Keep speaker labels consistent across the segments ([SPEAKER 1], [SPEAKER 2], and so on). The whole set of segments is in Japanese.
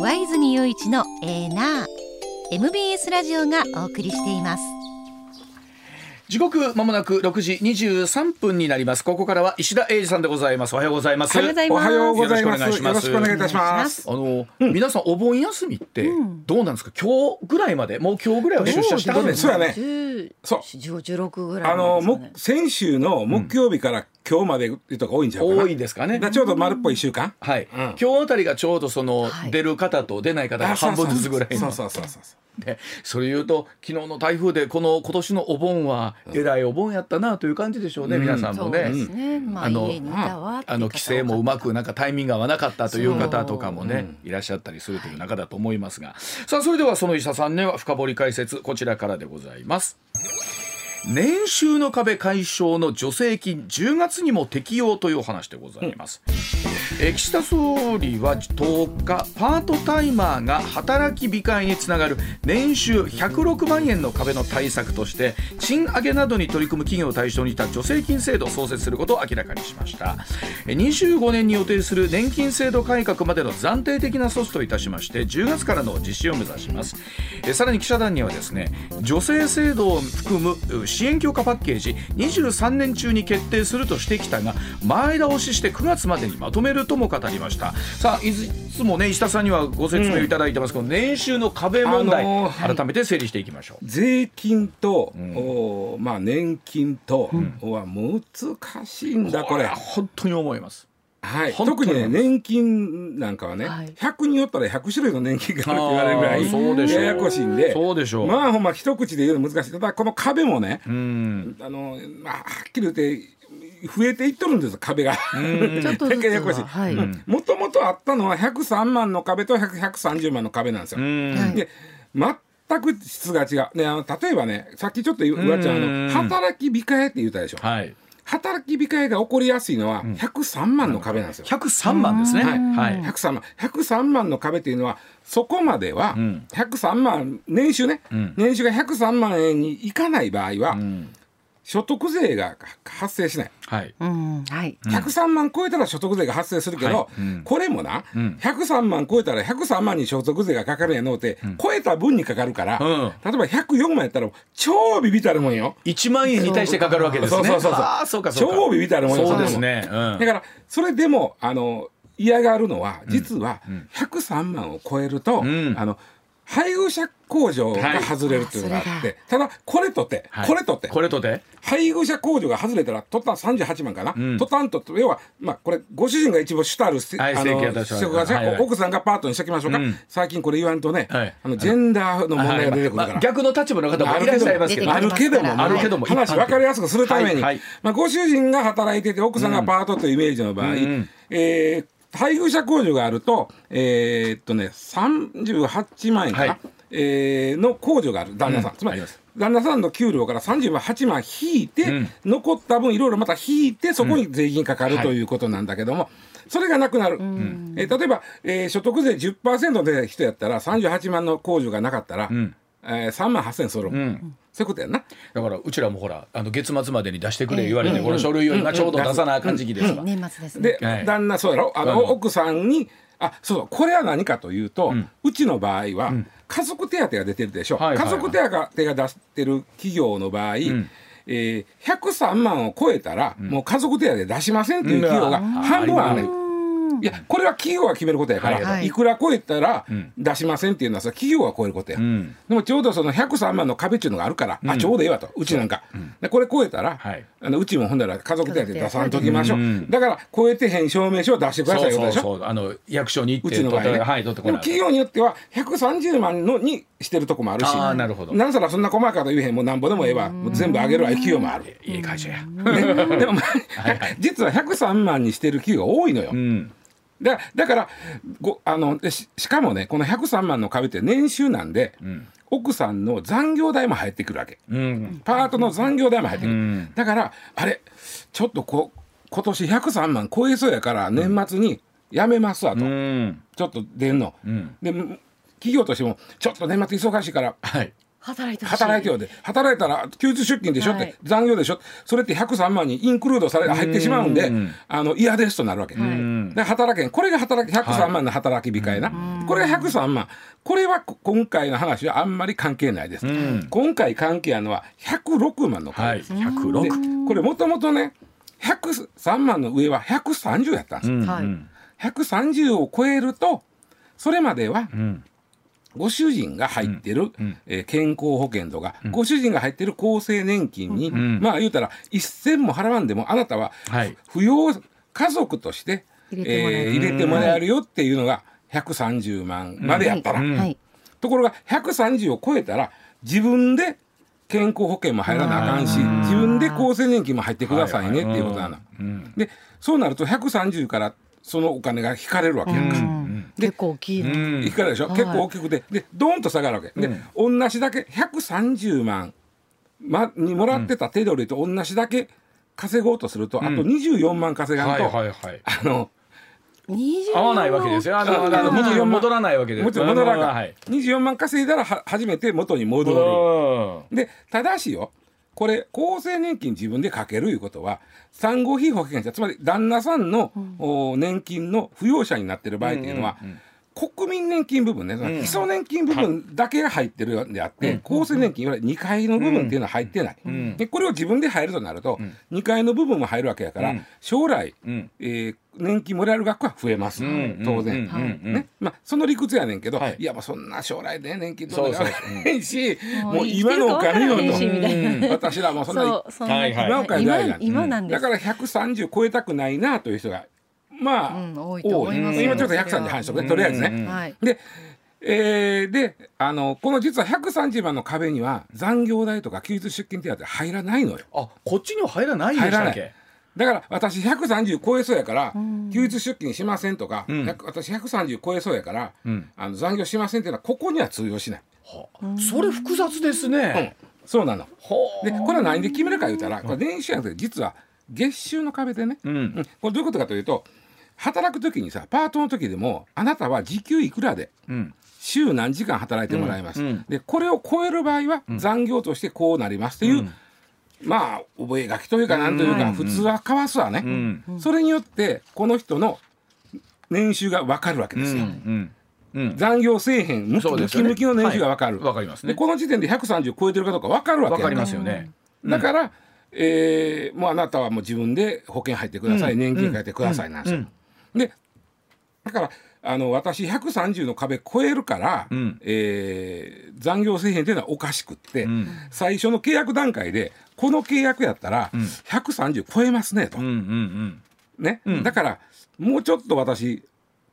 [SPEAKER 1] 上泉雄一のエーナー MBS ラジオがお送りしています
[SPEAKER 2] 時刻まもなく6時23分になりますここからは石田英二さんでございますおはようございます
[SPEAKER 1] おはようござい
[SPEAKER 3] お
[SPEAKER 1] ます
[SPEAKER 3] はようございます。
[SPEAKER 2] よろしくお願いします
[SPEAKER 3] よろしくお願いいたします。
[SPEAKER 2] あの、皆さんお盆休みってどうなんですか、今日ぐらいまでもう今日ぐらいは出社した
[SPEAKER 3] 多
[SPEAKER 2] ん
[SPEAKER 3] 分
[SPEAKER 2] です
[SPEAKER 3] そう
[SPEAKER 2] か
[SPEAKER 3] やね。
[SPEAKER 4] 十、
[SPEAKER 3] そう
[SPEAKER 4] 十十六ぐら
[SPEAKER 3] あ
[SPEAKER 4] いな
[SPEAKER 3] の、
[SPEAKER 4] んですかね
[SPEAKER 3] も、先週の木曜日から今日までいうとこ多いんじゃないかな。
[SPEAKER 2] 多いですかね
[SPEAKER 3] だらちょうど丸っぽい一週間。
[SPEAKER 2] はい、
[SPEAKER 3] うん
[SPEAKER 2] 今日あたりがちょうどその、
[SPEAKER 4] はい
[SPEAKER 2] 出る方と出ない方が
[SPEAKER 3] あ
[SPEAKER 2] 半分ずつぐらい
[SPEAKER 3] そう
[SPEAKER 2] の
[SPEAKER 3] そうそうそうそう。
[SPEAKER 2] でそれ言うと昨日の台風でこの今年のお盆はえらいお盆やったなという感じでしょうね、皆さん
[SPEAKER 4] そ
[SPEAKER 2] も
[SPEAKER 4] う
[SPEAKER 2] ね。
[SPEAKER 4] ですね。まあ、
[SPEAKER 2] あの
[SPEAKER 4] 家にいたわっていう方多かった。
[SPEAKER 2] あの規制もうまくなんかタイミングが合わなかったという方とかもねいらっしゃったりするという中だと思いますが、さあそれではその医者さんね深掘り解説こちらからでございます。年収の壁解消の助成金10月にも適用というお話でございます、えー岸田総理は10日パートタイマーが働き控えにつながる年収106万円の壁の対策として賃上げなどに取り組む企業を対象にした助成金制度を創設することを明らかにしましたえー25年に予定する年金制度改革までの暫定的な措置といたしまして10月からの実施を目指しますえーさらに記者団にはですね女性制度を含むう支援強化パッケージ23年中に決定するとしてきたが前倒しして9月までにまとめるとも語りましたさあいずいつもね石田さんにはご説明いただいてますけど、年収の壁問題、
[SPEAKER 3] あのー
[SPEAKER 2] 改めて整理していきましょう、
[SPEAKER 3] 税金と、おまあ年金とは難しいんだ、これ。
[SPEAKER 2] 本当に思います
[SPEAKER 3] はい。
[SPEAKER 2] 本当に
[SPEAKER 3] 特にね年金なんかはね、
[SPEAKER 4] はい
[SPEAKER 3] 100人よったら100種類の年金があるって言われるぐら
[SPEAKER 2] あーそうで
[SPEAKER 3] い
[SPEAKER 2] しょう
[SPEAKER 3] ややこしいんで。
[SPEAKER 2] そうでしょう、
[SPEAKER 3] まあほんま一口で言うの難しい。ただこの壁もね、
[SPEAKER 2] うん
[SPEAKER 3] あの、まあ、はっきり言って、増えていっとるんですよ、壁が。
[SPEAKER 4] ちょっとずつは
[SPEAKER 3] ややこしい。
[SPEAKER 4] はい
[SPEAKER 3] もともとあったのは103万の壁と100 130万の壁なんですよ。
[SPEAKER 4] はい
[SPEAKER 3] で、全く質が違う。ね、あの例えばね、さっきちょっと言う、うわちゃん、あ
[SPEAKER 2] うん
[SPEAKER 3] の、働き控えって言ったでしょ。
[SPEAKER 2] はい
[SPEAKER 3] 働き控えが起こりやすいのは103万の壁なんですよ。
[SPEAKER 2] 103万ですねは、
[SPEAKER 3] はいい、103万103万の壁っていうのはそこまでは
[SPEAKER 2] ん
[SPEAKER 3] 103万年収ね、
[SPEAKER 2] ん
[SPEAKER 3] 年収が103万円にいかない場合は、
[SPEAKER 2] うん
[SPEAKER 3] 所得税が発生しない
[SPEAKER 2] はい
[SPEAKER 4] うん、はい。
[SPEAKER 3] 103万超えたら所得税が発生するけど、
[SPEAKER 2] はいうん
[SPEAKER 3] これもな、
[SPEAKER 2] うん
[SPEAKER 3] 103万超えたら103万に所得税がかかるんやのうて、超えた分にかかるから、
[SPEAKER 2] うん
[SPEAKER 3] 例えば104万やったら超ビビたるもんよ。
[SPEAKER 2] 1万円に対してかかるわけですね。
[SPEAKER 3] そうそうそうそう
[SPEAKER 2] ああ、そうかそうか。
[SPEAKER 3] 超ビビたるもんよ。
[SPEAKER 2] そうです
[SPEAKER 3] んなもん
[SPEAKER 2] ね。う
[SPEAKER 3] だ
[SPEAKER 2] ん。
[SPEAKER 3] からそれでもあの嫌がるのは実は103万を超えると、
[SPEAKER 2] うん
[SPEAKER 3] あの配偶者控除が外れるっていうのがあ
[SPEAKER 4] はいあ
[SPEAKER 3] っ
[SPEAKER 4] それ
[SPEAKER 3] て、ただこれとって、
[SPEAKER 2] はい
[SPEAKER 3] これとって
[SPEAKER 2] これとて。
[SPEAKER 3] 配偶者控除が外れたらトタン38万かな、
[SPEAKER 2] ん
[SPEAKER 3] トタンと要は、まあ、これご主人が一番主たるせ、
[SPEAKER 2] はい
[SPEAKER 3] あ
[SPEAKER 2] 請求出
[SPEAKER 3] の
[SPEAKER 2] しました
[SPEAKER 3] 職が
[SPEAKER 2] はいはい
[SPEAKER 3] 奥さんがパートにしておきましょうか、
[SPEAKER 2] うん
[SPEAKER 3] 最近これ言わんとね、
[SPEAKER 2] はい
[SPEAKER 3] あのジェンダーの問題が出てくるから。
[SPEAKER 2] まあ逆の立場の方もいらっしゃいますけど。
[SPEAKER 4] 出
[SPEAKER 3] あ
[SPEAKER 4] てき
[SPEAKER 3] る
[SPEAKER 4] ます
[SPEAKER 3] けども、
[SPEAKER 2] あるけども
[SPEAKER 3] 話分かりやすくするために、
[SPEAKER 2] はいはい
[SPEAKER 3] まあ、ご主人が働いてて奥さんがパートというイメージの場合、
[SPEAKER 2] ん
[SPEAKER 3] えー配偶者控除があると,、えーっとね、38万円かな、
[SPEAKER 2] はい
[SPEAKER 3] えーの控除がある旦那さん、
[SPEAKER 2] うん
[SPEAKER 3] つま
[SPEAKER 2] あり
[SPEAKER 3] り
[SPEAKER 2] ます
[SPEAKER 3] 旦那さんの給料から38万引いて、
[SPEAKER 2] ん
[SPEAKER 3] 残った分いろいろまた引いてそこに税金かかる、
[SPEAKER 2] うん
[SPEAKER 3] ということなんだけども。それがなくなる、えー例えば、えー所得税10%で人やったら38万の控除がなかったら、
[SPEAKER 2] ん
[SPEAKER 3] えー3万8000円そろう、
[SPEAKER 2] うん。
[SPEAKER 3] そういうことやんな。
[SPEAKER 2] だからうちらもほらあの月末までに出してくれ言われて、
[SPEAKER 4] うん
[SPEAKER 2] この書類を今ちょうど出さなあかん時期ですわ。
[SPEAKER 4] 年末ですね。
[SPEAKER 3] で、
[SPEAKER 2] はい
[SPEAKER 3] 旦那そうやろあ
[SPEAKER 2] あ
[SPEAKER 3] の
[SPEAKER 2] の
[SPEAKER 3] 奥さんにあそうこれは何かというと、うちの場合は、家族手当が出てるでしょ、
[SPEAKER 2] はいはいはい
[SPEAKER 3] 家族手当が出してる企業の場合、
[SPEAKER 2] ん
[SPEAKER 3] えー103万を超えたら、もう家族手当出しませんっていう企業が
[SPEAKER 2] うん
[SPEAKER 3] 半分はある。
[SPEAKER 4] うん
[SPEAKER 3] いやこれは企業が決めることやから、
[SPEAKER 2] はい
[SPEAKER 3] い、くら超えたら
[SPEAKER 2] ん
[SPEAKER 3] 出しませんっていうのはそれは企業が超えることや、
[SPEAKER 2] ん
[SPEAKER 3] でもちょうどその103万の壁っていうのがあるから、あちょうどええわとうちなんか、でこれ超えたら、
[SPEAKER 2] はい
[SPEAKER 3] あのうちもほんなら家族手当出さんときましょう、
[SPEAKER 2] うん
[SPEAKER 3] だから超えてへん証明書を出してくだ
[SPEAKER 2] そ
[SPEAKER 3] さ
[SPEAKER 2] う
[SPEAKER 3] いよ
[SPEAKER 2] そう
[SPEAKER 3] でしょ
[SPEAKER 2] そう。あの役所に行っ
[SPEAKER 3] う
[SPEAKER 2] て
[SPEAKER 3] ちの場合ね、
[SPEAKER 2] はい取ってこ
[SPEAKER 3] でも
[SPEAKER 2] ない。
[SPEAKER 3] 企業によっては130万のにしてるとこもあるし
[SPEAKER 2] あーなるほど
[SPEAKER 3] んさらそんな細かいこと言えへんもうなんぼでもええわもう全部あげるわ企業もある、
[SPEAKER 2] いい会社や。
[SPEAKER 3] ねでも、まあ
[SPEAKER 2] はいはい
[SPEAKER 3] 実は103万にしてる企業が多いのよ、
[SPEAKER 2] うん。
[SPEAKER 3] だだからごあのでししかもねこの103万の壁って年収なんで、
[SPEAKER 2] ん
[SPEAKER 3] 奥さんの残業代も入ってくるわけ
[SPEAKER 2] うん。
[SPEAKER 3] パートの残業代も入ってくる、
[SPEAKER 2] うん
[SPEAKER 3] だからあれちょっとこ今年103万超えそうやから年末にやめますわと、
[SPEAKER 2] うん。
[SPEAKER 3] ちょっと出んの、
[SPEAKER 2] うん。
[SPEAKER 3] で企業としてもちょっと年末忙しいから
[SPEAKER 2] はい。
[SPEAKER 4] 働いてほしい
[SPEAKER 3] 働いてよで働いたら休日出勤でしょって、
[SPEAKER 4] はい
[SPEAKER 3] 残業でしょそれって103万にインクルードされ入ってしまうんで
[SPEAKER 2] うん
[SPEAKER 3] あの嫌ですとなるわけ、
[SPEAKER 4] はい
[SPEAKER 2] うん
[SPEAKER 3] で働けんこれが働き103万の働き控えな、これが103万これはこ今回の話はあんまり関係ないです、
[SPEAKER 2] うん
[SPEAKER 3] 今回関係あるのは106万の
[SPEAKER 2] は
[SPEAKER 3] 会
[SPEAKER 2] い
[SPEAKER 3] です、で
[SPEAKER 2] 106
[SPEAKER 3] これもともとね103万の上は130やったんです、
[SPEAKER 2] うん
[SPEAKER 4] はい
[SPEAKER 2] うん
[SPEAKER 3] 130を超えるとそれまでは
[SPEAKER 2] うん
[SPEAKER 3] ご主人が入ってる、
[SPEAKER 2] うん
[SPEAKER 3] えー健康保険とか、ご主人が入ってる厚生年金に、
[SPEAKER 2] ん
[SPEAKER 3] まあ言うたら一銭も払わんでもあなたは
[SPEAKER 2] はい
[SPEAKER 3] 扶養家族として
[SPEAKER 4] 入れてもらえる
[SPEAKER 3] えー入れてもらえるよっていうのが130万までやったら、
[SPEAKER 4] はいはい
[SPEAKER 3] ところが130を超えたら自分で健康保険も入らなあかんし
[SPEAKER 2] うん
[SPEAKER 3] 自分で厚生年金も入ってくださいねっていうことなの。
[SPEAKER 2] うん
[SPEAKER 3] でそうなると130からそのお金が引かれるわけやんか。
[SPEAKER 4] うん結構大きい
[SPEAKER 2] う
[SPEAKER 4] な、
[SPEAKER 2] ん
[SPEAKER 3] いくらでしょ、
[SPEAKER 4] はい
[SPEAKER 3] 結構大きくてでドーンと下がるわけ、で同じだけ130万、ま、にもらってた手取りと同じだけ稼ごうとすると、あと24万稼がん
[SPEAKER 2] はい
[SPEAKER 3] と、
[SPEAKER 2] はいはい
[SPEAKER 3] あの
[SPEAKER 4] 20
[SPEAKER 2] 合わないわけですよあのあの
[SPEAKER 3] 24万
[SPEAKER 2] 戻らないわけです
[SPEAKER 3] もちろん戻らんか、
[SPEAKER 2] あのはい
[SPEAKER 3] 24万稼いだらは初めて元に戻る。
[SPEAKER 2] う
[SPEAKER 3] でただしよこれ厚生年金自分でかけるいうことは産後被保険者つまり旦那さんの、お年金の扶養者になってる場合っていうのは、国民年金部分ね、基礎年金部分だけが入ってるんであって、厚生年金は2階の部分っていうのは入ってない、
[SPEAKER 2] ん
[SPEAKER 3] でこれを自分で入るとなると、2階の部分も入るわけやから、
[SPEAKER 2] うん
[SPEAKER 3] 将来、
[SPEAKER 2] ん
[SPEAKER 3] えー年金もらえる額は増えます、
[SPEAKER 2] うん
[SPEAKER 3] 当然。
[SPEAKER 2] うんうんうん
[SPEAKER 3] ねまあ、その理屈やねんけど、
[SPEAKER 2] はい
[SPEAKER 3] い、やもうそんな将来ね年金
[SPEAKER 2] そ
[SPEAKER 3] ど
[SPEAKER 2] う
[SPEAKER 3] う
[SPEAKER 2] そ
[SPEAKER 3] な
[SPEAKER 2] う
[SPEAKER 3] わへんし
[SPEAKER 4] もう
[SPEAKER 3] もう今のお金よ
[SPEAKER 4] 生きて
[SPEAKER 2] るか分からへんしみたい
[SPEAKER 3] と
[SPEAKER 2] な
[SPEAKER 3] 私らもうそんな
[SPEAKER 4] そうそんな、
[SPEAKER 2] はいはい
[SPEAKER 3] 今の会ではない
[SPEAKER 4] 今今なんです
[SPEAKER 3] だから130超えたくないなという人がまあ、
[SPEAKER 4] うん多いと思いますよ
[SPEAKER 3] 今ちょっと130で話しとくねとりあえずね。
[SPEAKER 2] うん
[SPEAKER 4] はい
[SPEAKER 3] でえーであのこの実は130万の壁には残業代とか休日出勤手当入らないのよ。
[SPEAKER 2] あこっちには入らないんでしたっ
[SPEAKER 3] 入らな
[SPEAKER 2] け
[SPEAKER 3] いだから私130超えそうやから休日出勤しませんとか、100私130超えそうやから、
[SPEAKER 2] ん
[SPEAKER 3] あの残業しませんっていうのはここには通用しない、
[SPEAKER 2] はあそれ複雑ですね
[SPEAKER 3] そうなの
[SPEAKER 2] は
[SPEAKER 3] でこれは何で決めるか言うたらこれ年収じゃなくて実は月収の壁でね、
[SPEAKER 2] あうん
[SPEAKER 3] うんこれどういうことかというと働く時にさパートの時でもあなたは時給いくらで
[SPEAKER 2] うん
[SPEAKER 3] 週何時間働いてもらいます、
[SPEAKER 2] うんうん
[SPEAKER 3] でこれを超える場合は残業としてこうなりますという、まあ覚書きというかなんという
[SPEAKER 4] う
[SPEAKER 3] か
[SPEAKER 4] ん
[SPEAKER 3] 普通は交わすわね、
[SPEAKER 2] うん
[SPEAKER 3] それによってこの人の年収が分かるわけです
[SPEAKER 2] う
[SPEAKER 3] よ、
[SPEAKER 2] んうん
[SPEAKER 3] 残業せえへんムキ
[SPEAKER 2] そう
[SPEAKER 3] ム
[SPEAKER 2] です
[SPEAKER 3] キ
[SPEAKER 2] よね
[SPEAKER 3] ムキの年収が分かる、
[SPEAKER 2] わかります
[SPEAKER 3] で
[SPEAKER 2] ね
[SPEAKER 3] この時点で130超えてるかどうか分かるわけ
[SPEAKER 2] わ
[SPEAKER 3] やん
[SPEAKER 2] かりますよね
[SPEAKER 3] だから、えーもうあなたはもう自分で保険入ってください、
[SPEAKER 2] うん
[SPEAKER 3] 年金入ってくださいなんですよ。でだからあの私130の壁超えるから、
[SPEAKER 2] うん
[SPEAKER 3] えー残業制限というのはおかしくって、
[SPEAKER 2] ん
[SPEAKER 3] 最初の契約段階でこの契約やったら130超えますねと、
[SPEAKER 2] うんうんうん
[SPEAKER 3] ねだからもうちょっと私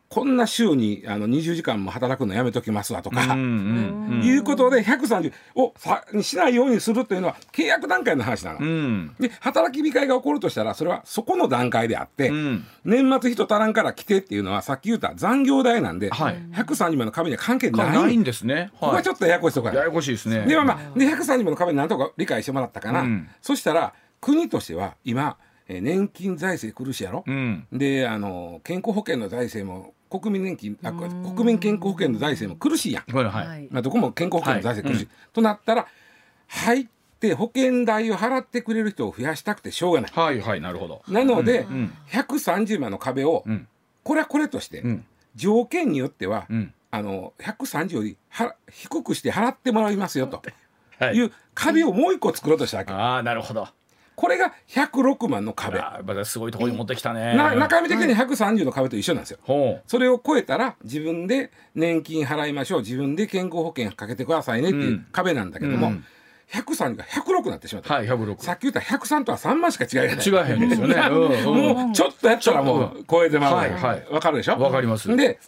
[SPEAKER 3] こんな週にあの20時間も働くのやめときますわとか。
[SPEAKER 2] うんうん
[SPEAKER 3] いうことで130をさしないようにするというのは契約段階の話なの。
[SPEAKER 2] うん
[SPEAKER 3] で働き控えが起こるとしたらそれはそこの段階であって、
[SPEAKER 2] うん
[SPEAKER 3] 年末人足らんから来てっていうのはさっき言った残業代なんで、
[SPEAKER 2] はい
[SPEAKER 3] 130万の壁には関係ない
[SPEAKER 2] ないんですね
[SPEAKER 3] ここ
[SPEAKER 2] は
[SPEAKER 3] はちょっとややこしいとこ
[SPEAKER 2] いや
[SPEAKER 3] や。
[SPEAKER 2] やこしいですね
[SPEAKER 3] ではまあで130万の壁になんとか理解してもらったかな、
[SPEAKER 2] うん
[SPEAKER 3] そしたら国としては今えー年金財政苦しいやろ、
[SPEAKER 2] うん
[SPEAKER 3] であの健康保険の財政も国民年金あ国民健康保険の財政も苦しいやん、
[SPEAKER 2] これはい
[SPEAKER 3] まあ、どこも健康保険の財政苦しい、となったら入って保険代を払ってくれる人を増やしたくてしょうがない。
[SPEAKER 2] はいはいなるほど
[SPEAKER 3] なので、
[SPEAKER 2] ん
[SPEAKER 3] 130万の壁を、
[SPEAKER 2] うん
[SPEAKER 3] これはこれとして、
[SPEAKER 2] うん
[SPEAKER 3] 条件によっては、
[SPEAKER 2] うん
[SPEAKER 3] あの130よりは低くして払ってもらいますよと
[SPEAKER 2] はい
[SPEAKER 3] いう壁をもう一個作ろうとしたわけ、
[SPEAKER 2] ああなるほど
[SPEAKER 3] これが106万の壁、
[SPEAKER 2] あーまたすごいところに持ってきたね
[SPEAKER 3] な中身的に130の壁と一緒なんですよ。
[SPEAKER 2] ほ
[SPEAKER 3] それを超えたら自分で年金払いましょう自分で健康保険かけてくださいねっていう壁なんだけども、
[SPEAKER 2] うん
[SPEAKER 3] 103が106になってしまっ
[SPEAKER 2] う
[SPEAKER 3] た、
[SPEAKER 2] はい106
[SPEAKER 3] さっき言った103とは3万しか違い がない
[SPEAKER 2] 違うへんですよね。うんうん
[SPEAKER 3] もうちょっとやったらも
[SPEAKER 2] ちょ
[SPEAKER 3] う超えてまうわ、
[SPEAKER 2] はいはい
[SPEAKER 3] わかるでしょ
[SPEAKER 2] わかります
[SPEAKER 3] で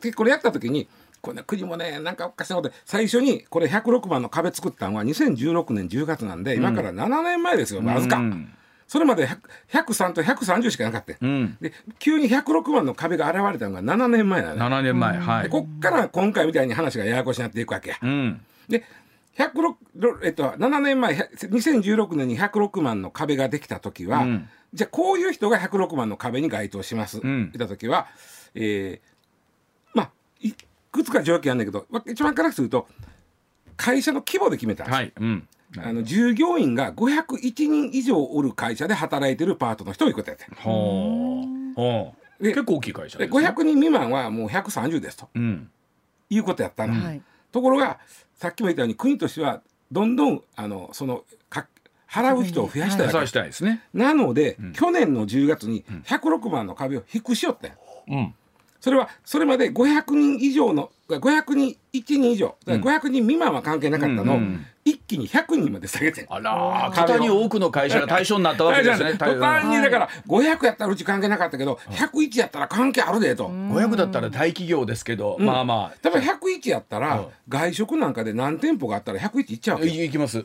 [SPEAKER 3] でこれやった時にこんな国もねなんかおかしなことで最初にこれ106番の壁作ったのは2016年10月なんで今から7年前ですよ、わずか、
[SPEAKER 2] うん
[SPEAKER 3] それまで100 103と130しかなかった、
[SPEAKER 2] うん
[SPEAKER 3] で急に106番の壁が現れたのが7年前なのね
[SPEAKER 2] 7年前は
[SPEAKER 3] で
[SPEAKER 2] い。
[SPEAKER 3] こっから今回みたいに話がややこしになっていくわけや
[SPEAKER 2] うん
[SPEAKER 3] で106ろえっと、7年前100 2016年に106万の壁ができた時
[SPEAKER 2] う
[SPEAKER 3] は、
[SPEAKER 2] ん
[SPEAKER 3] じゃあこういう人が106万の壁に該当します、
[SPEAKER 2] ん
[SPEAKER 3] いた時は、えーまあいくつか条件あるんだけどわ一番からすると会社の規模で決めたんです、
[SPEAKER 2] はい、うん、
[SPEAKER 3] あの従業員が501人以上おる会社で働いてるパートの人をいうことやって
[SPEAKER 2] ほうほう
[SPEAKER 3] で
[SPEAKER 2] 結構大きい会社
[SPEAKER 3] で
[SPEAKER 2] ですね
[SPEAKER 3] 500人未満はもう130ですと
[SPEAKER 2] うん
[SPEAKER 3] いうことやったの、
[SPEAKER 4] はい
[SPEAKER 3] ところがさっきも言ったように国としてはどんどんあのそのか払う人を増やしたいわけ
[SPEAKER 2] そうしたいですね
[SPEAKER 3] なので、
[SPEAKER 2] ん
[SPEAKER 3] 去年の10月に106万の壁を低くしよったんや
[SPEAKER 2] うん
[SPEAKER 3] それはそれまで500人以上の500人1人以上だから500人未満は関係なかったのを、
[SPEAKER 2] うんうん
[SPEAKER 3] 一気に100人まで下げてん
[SPEAKER 2] あらー
[SPEAKER 3] 壁を
[SPEAKER 2] 途端に多くの会社が対象になったわけですね
[SPEAKER 3] 途端にだから500やったらうち関係なかったけど101やったら関係あるでと。
[SPEAKER 2] 500だったら大企業ですけど、まあま
[SPEAKER 3] 多分101やった
[SPEAKER 2] うん
[SPEAKER 3] ら外食なんかで何店舗があったら101いっちゃう
[SPEAKER 2] あ
[SPEAKER 3] わけよ
[SPEAKER 2] いいきます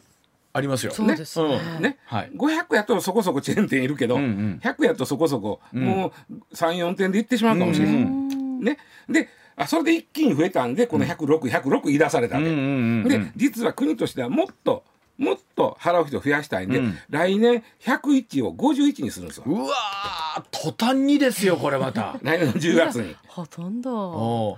[SPEAKER 2] ありますよ
[SPEAKER 4] そうですね
[SPEAKER 2] うん
[SPEAKER 3] ね、
[SPEAKER 2] はい
[SPEAKER 3] 500やとそこそこチェーン店いるけど、
[SPEAKER 2] うんうん
[SPEAKER 3] 100やとそこそこ、もう34店で行ってしまうかもしれない、、
[SPEAKER 2] うん
[SPEAKER 3] ね、であそれで一気に増えたんでこの106106言い出されたわけ、
[SPEAKER 2] うんうんうんうん
[SPEAKER 3] で実は国としてはもっともっと払う人を増やしたいんで、
[SPEAKER 2] うん
[SPEAKER 3] 来年101を51にするんですよ
[SPEAKER 2] うわー途端にですよこれまた
[SPEAKER 3] 来年の10月に
[SPEAKER 4] ほとんど。
[SPEAKER 2] お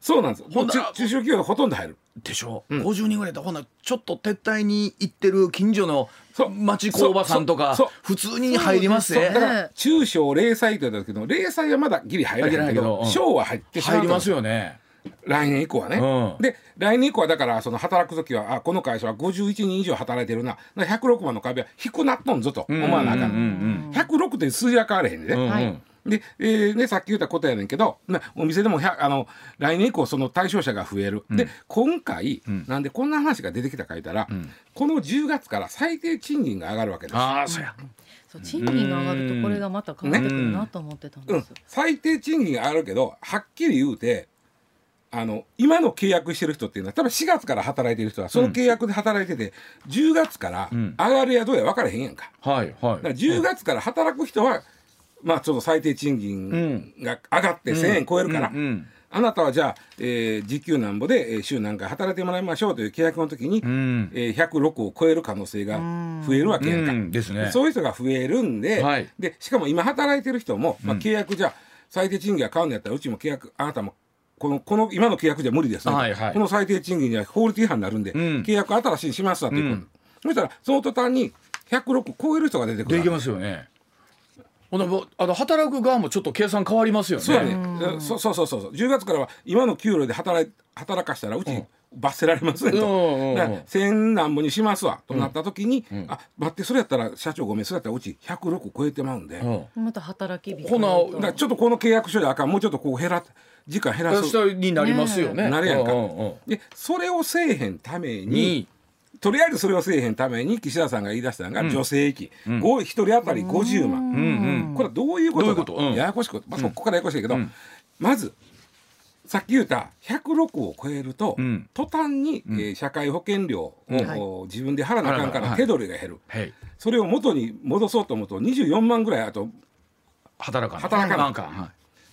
[SPEAKER 3] そうなんです
[SPEAKER 2] ほ
[SPEAKER 3] も
[SPEAKER 2] ん
[SPEAKER 3] う
[SPEAKER 2] な
[SPEAKER 3] 中中小企業がほとんど入る
[SPEAKER 2] でしょ、
[SPEAKER 3] ん
[SPEAKER 2] 50人ぐらいだほなちょっと撤退に行ってる近所の
[SPEAKER 3] そう
[SPEAKER 2] 町工場さんとか
[SPEAKER 3] そう
[SPEAKER 2] 普通に入ります
[SPEAKER 3] そうだか
[SPEAKER 2] ね
[SPEAKER 3] ら中小零細と言ったけど零細はまだギリ入らないけ
[SPEAKER 2] 入らない
[SPEAKER 3] ど
[SPEAKER 2] けどうん
[SPEAKER 3] 小は入ってしまう
[SPEAKER 2] 入
[SPEAKER 3] と
[SPEAKER 2] りますよね
[SPEAKER 3] 来年以降はね、
[SPEAKER 2] うん
[SPEAKER 3] で来年以降はだからその働く時はあこの会社は51人以上働いてるなだから106万の壁は低なっとんぞと思わなあかん,、
[SPEAKER 2] うんうん
[SPEAKER 3] 106って数字は変われへんでね、
[SPEAKER 2] うんうん
[SPEAKER 4] はい
[SPEAKER 3] で、えーね、さっき言ったことやねんけど、まあ、お店でも100あの来年以降その対象者が増える、で今回、なんでこんな話が出てきたか言ったら、この10月から最低賃金が上がるわけです、
[SPEAKER 2] ああそうや
[SPEAKER 4] そう賃金が上がるとこれがまた変わってくるなと思ってたん
[SPEAKER 3] う
[SPEAKER 4] で
[SPEAKER 3] ん
[SPEAKER 4] す。、
[SPEAKER 3] 最低賃金が上がるけどはっきり言うてあの今の契約してる人っていうのは多分4月から働いてる人はその契約で働いてて、10月から上がるやどうや分からへんやんか。
[SPEAKER 2] はいはい
[SPEAKER 3] だから10月から働く人は、まあちょっと最低賃金が上がって1,000円超えるから、
[SPEAKER 2] うんうん
[SPEAKER 3] あなたはじゃあ、えー時給なんぼで、えー週何回働いてもらいましょうという契約の時に、
[SPEAKER 2] ん
[SPEAKER 3] えー106を超える可能性が増えるわけやんか、
[SPEAKER 2] うんですね
[SPEAKER 3] そういう人が増えるんで,、
[SPEAKER 2] はい
[SPEAKER 3] でしかも今働いてる人も、まあ、契約じゃ、最低賃金が変わるんやったらうちも契約あなたもこのこの今の契約じゃ無理ですね、
[SPEAKER 2] はいはい
[SPEAKER 3] この最低賃金には法律違反になるんで、
[SPEAKER 2] ん
[SPEAKER 3] 契約新しいにしますわということ、そしたらその途端に106超える人が出てくる
[SPEAKER 2] で
[SPEAKER 3] わ
[SPEAKER 2] き
[SPEAKER 3] け
[SPEAKER 2] ますよねほなもうあの働く側もちょっと計算変わりますよね
[SPEAKER 3] そうやね、そうそうそうそう10月からは今の給料で働い働かしたらうち罰せられますね
[SPEAKER 2] うんうんうん
[SPEAKER 3] とだから1,000何本にしますわとなった時に、あ待ってそれやったら社長ごめんそれやったらうち106超えてまうんで、だ
[SPEAKER 2] うん
[SPEAKER 4] また働き日。
[SPEAKER 2] ほな
[SPEAKER 3] からちょっとこの契約書であかんもうちょっとこう減ら時間減らす
[SPEAKER 2] 明日になりますよね
[SPEAKER 3] なるやんか
[SPEAKER 2] ううう
[SPEAKER 3] でそれをせえへんために
[SPEAKER 2] に
[SPEAKER 3] とりあえずそれをせえへんために岸田さんが言い出したのが助成金、ご一人当たり50万、これはどういうこ
[SPEAKER 2] どうい
[SPEAKER 3] とか
[SPEAKER 2] うことうん
[SPEAKER 3] ややこしく、まあ、そこからややこしいけど、まずさっき言った106を超えると、
[SPEAKER 2] ん
[SPEAKER 3] 途端に、えー社会保険料を、
[SPEAKER 4] ん
[SPEAKER 3] 自分で払わなあかんか
[SPEAKER 2] 払わなあからん
[SPEAKER 3] 手取りが減る、
[SPEAKER 2] はい
[SPEAKER 3] それを元に戻そうと思うと24万ぐらいあと
[SPEAKER 2] 働かない
[SPEAKER 3] 働かない
[SPEAKER 2] んかは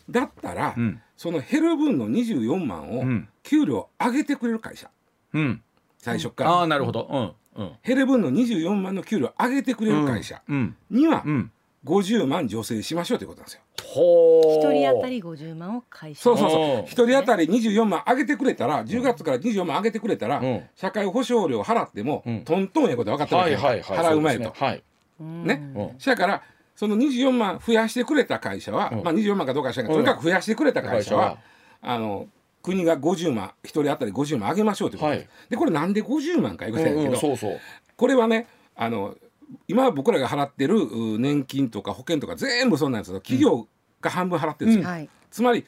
[SPEAKER 3] だったら、
[SPEAKER 2] ん
[SPEAKER 3] その減る分の24万を、
[SPEAKER 2] ん
[SPEAKER 3] 給料上げてくれる会社
[SPEAKER 2] いうん
[SPEAKER 3] 最初から、
[SPEAKER 2] ああなるほどうんうん
[SPEAKER 3] 減る分の24万の給料上げてくれる会社
[SPEAKER 2] うん
[SPEAKER 3] には
[SPEAKER 2] うん
[SPEAKER 3] 50万助成しましょうということなんですよ。
[SPEAKER 2] ほ
[SPEAKER 4] 一
[SPEAKER 2] ー
[SPEAKER 4] 人当たり50万を回収。
[SPEAKER 3] そうそう
[SPEAKER 2] お
[SPEAKER 3] そうう一人当たり24万上げてくれたら10月から24万上げてくれたら、
[SPEAKER 2] うん
[SPEAKER 3] 社会保障料払っても、
[SPEAKER 2] うん
[SPEAKER 3] トントンやこと分かってるわ
[SPEAKER 2] はい
[SPEAKER 3] けやん
[SPEAKER 2] はいはい
[SPEAKER 3] 払う前と。
[SPEAKER 2] そですねはい
[SPEAKER 3] ね
[SPEAKER 2] うん
[SPEAKER 3] そやからその24万増やしてくれた会社は、
[SPEAKER 2] うん
[SPEAKER 3] まあ、24万かどうかは知らんけど、
[SPEAKER 2] うん
[SPEAKER 3] とにかく増やしてくれた会社は
[SPEAKER 2] 会、
[SPEAKER 3] あの国が50万一人当たり50万上げましょうということです、
[SPEAKER 2] はい
[SPEAKER 3] でこれなんで50万かいう
[SPEAKER 2] う
[SPEAKER 3] ことやねんけ
[SPEAKER 2] ん
[SPEAKER 3] ど、
[SPEAKER 2] うんそうそう
[SPEAKER 3] これはねあの今僕らが払ってるう年金とか保険とか全部そうなんですけど企業が半分払ってるんですよ、
[SPEAKER 4] はい。
[SPEAKER 3] つまり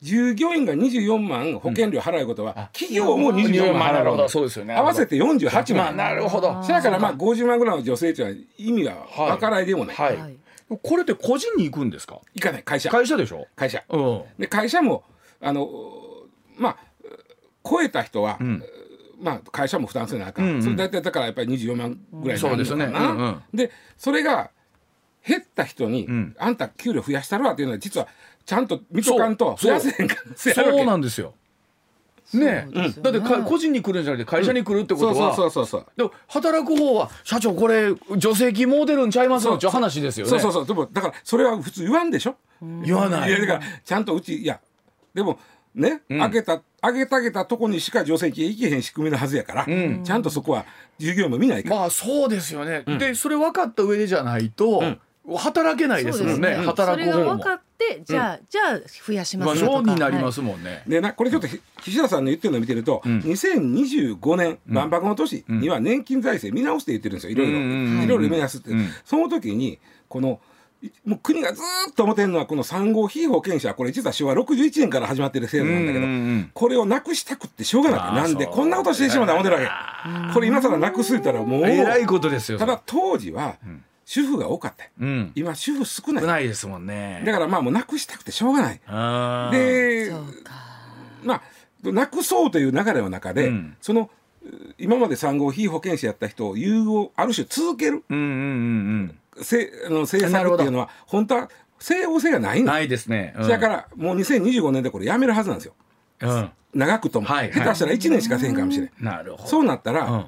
[SPEAKER 3] 従業員が24万保険料払うことは、企業も24万
[SPEAKER 2] な
[SPEAKER 3] 払
[SPEAKER 2] るほ
[SPEAKER 3] うの
[SPEAKER 2] どそうですよね
[SPEAKER 3] 合わせて48
[SPEAKER 2] まあ
[SPEAKER 3] 万
[SPEAKER 2] なるほど
[SPEAKER 3] そやからまあ50万ぐらいの女性というのは意味が
[SPEAKER 2] はい
[SPEAKER 3] 分からないでもない、い、
[SPEAKER 2] はいこれって個人に行くんですか
[SPEAKER 3] かない会社
[SPEAKER 2] 会社でしょ
[SPEAKER 3] 会社
[SPEAKER 2] うん
[SPEAKER 3] で会社もあのまあ超えた人は、
[SPEAKER 2] ん
[SPEAKER 3] まあ、会社も負担せなあかん、
[SPEAKER 2] うんうん
[SPEAKER 3] それ大体だからやっぱり24万ぐらいに
[SPEAKER 2] そ
[SPEAKER 3] な
[SPEAKER 2] う
[SPEAKER 3] る
[SPEAKER 2] です
[SPEAKER 3] のか
[SPEAKER 2] よ
[SPEAKER 3] な
[SPEAKER 2] ねうんうん
[SPEAKER 3] でそれが減った人に、
[SPEAKER 2] ん
[SPEAKER 3] あんた給料増やしたるわっていうのは実はちゃんと見とかんと
[SPEAKER 2] そう
[SPEAKER 3] 増やせへん可能性あるわけ
[SPEAKER 2] そうなんですよね
[SPEAKER 4] そうです
[SPEAKER 2] え
[SPEAKER 4] よね
[SPEAKER 2] だってか個人に来るんじゃなくて会社に来るってことは
[SPEAKER 3] そうそうそうそう
[SPEAKER 2] でも働く方は社長これ助成金もう出るんちゃいます
[SPEAKER 3] そ
[SPEAKER 2] の
[SPEAKER 3] う
[SPEAKER 2] っていう話ですよね
[SPEAKER 3] そうそうそうでもだからそれは普通言わんでしょ
[SPEAKER 2] 言わない
[SPEAKER 3] いやだからちゃんとうちいやでもね、
[SPEAKER 2] うん
[SPEAKER 3] 上げた上げたげたとこにしか助成金行けへん仕組みのはずやから、
[SPEAKER 2] うん
[SPEAKER 3] ちゃんとそこは従業員も見ないから、
[SPEAKER 2] まあそうですよね、
[SPEAKER 3] うん
[SPEAKER 2] でそれ分かった上でじゃないと、働けないですもんね
[SPEAKER 4] そうですそ
[SPEAKER 2] 働
[SPEAKER 4] れ
[SPEAKER 2] く
[SPEAKER 4] が
[SPEAKER 2] 方
[SPEAKER 4] 分
[SPEAKER 2] も
[SPEAKER 4] かってじゃあ、じゃあ増やし
[SPEAKER 2] ま
[SPEAKER 4] ま
[SPEAKER 2] あ
[SPEAKER 4] すよとか、
[SPEAKER 2] そうになりますすもんね、
[SPEAKER 3] でなこれちょっとひ岸田さんの言ってるのを見てると、
[SPEAKER 2] うん
[SPEAKER 3] 2025年
[SPEAKER 2] うん
[SPEAKER 3] 万博の年には年金財政見直して言ってるんですよいろいろ、
[SPEAKER 2] うんうんうん
[SPEAKER 3] いろいろ目安って、
[SPEAKER 2] うん
[SPEAKER 3] その時にこのいもう国がずーっと思ってるのはこの産後被保険者これ実は昭和61年から始まってる制度なんだけど、
[SPEAKER 2] うんうんうん
[SPEAKER 3] これをなくしたくってしょうがなくて
[SPEAKER 2] あー
[SPEAKER 3] なんで
[SPEAKER 2] そう
[SPEAKER 3] こんなことしてしまうんだ思ってるわけこれ今更なくす言ったらもう
[SPEAKER 2] えらいことですよ
[SPEAKER 3] ただ当時は
[SPEAKER 2] ん
[SPEAKER 3] 主婦が多かったよ
[SPEAKER 2] うん
[SPEAKER 3] 今主婦少ない
[SPEAKER 2] 少ないですもんね
[SPEAKER 3] だからまあもうなくしたくてしょうがない
[SPEAKER 2] あー
[SPEAKER 3] で
[SPEAKER 4] そうか
[SPEAKER 3] まあなくそうという流れの中で、
[SPEAKER 2] うん
[SPEAKER 3] そのう今まで産後非保険者やった人を優遇ある種続ける
[SPEAKER 2] うんうんうん
[SPEAKER 3] せあの政
[SPEAKER 2] なる
[SPEAKER 3] 策
[SPEAKER 2] ほど
[SPEAKER 3] っていうのは本当は整合性がない
[SPEAKER 2] うん
[SPEAKER 3] の、
[SPEAKER 2] ないですね、うん
[SPEAKER 3] だからもう2025年でこれやめるはずなんですよ
[SPEAKER 2] うん
[SPEAKER 3] 長くとも、
[SPEAKER 2] はいはい
[SPEAKER 3] 下手したら1年しかせんかもしれん、
[SPEAKER 2] なるほど
[SPEAKER 3] そうなったら、
[SPEAKER 2] うん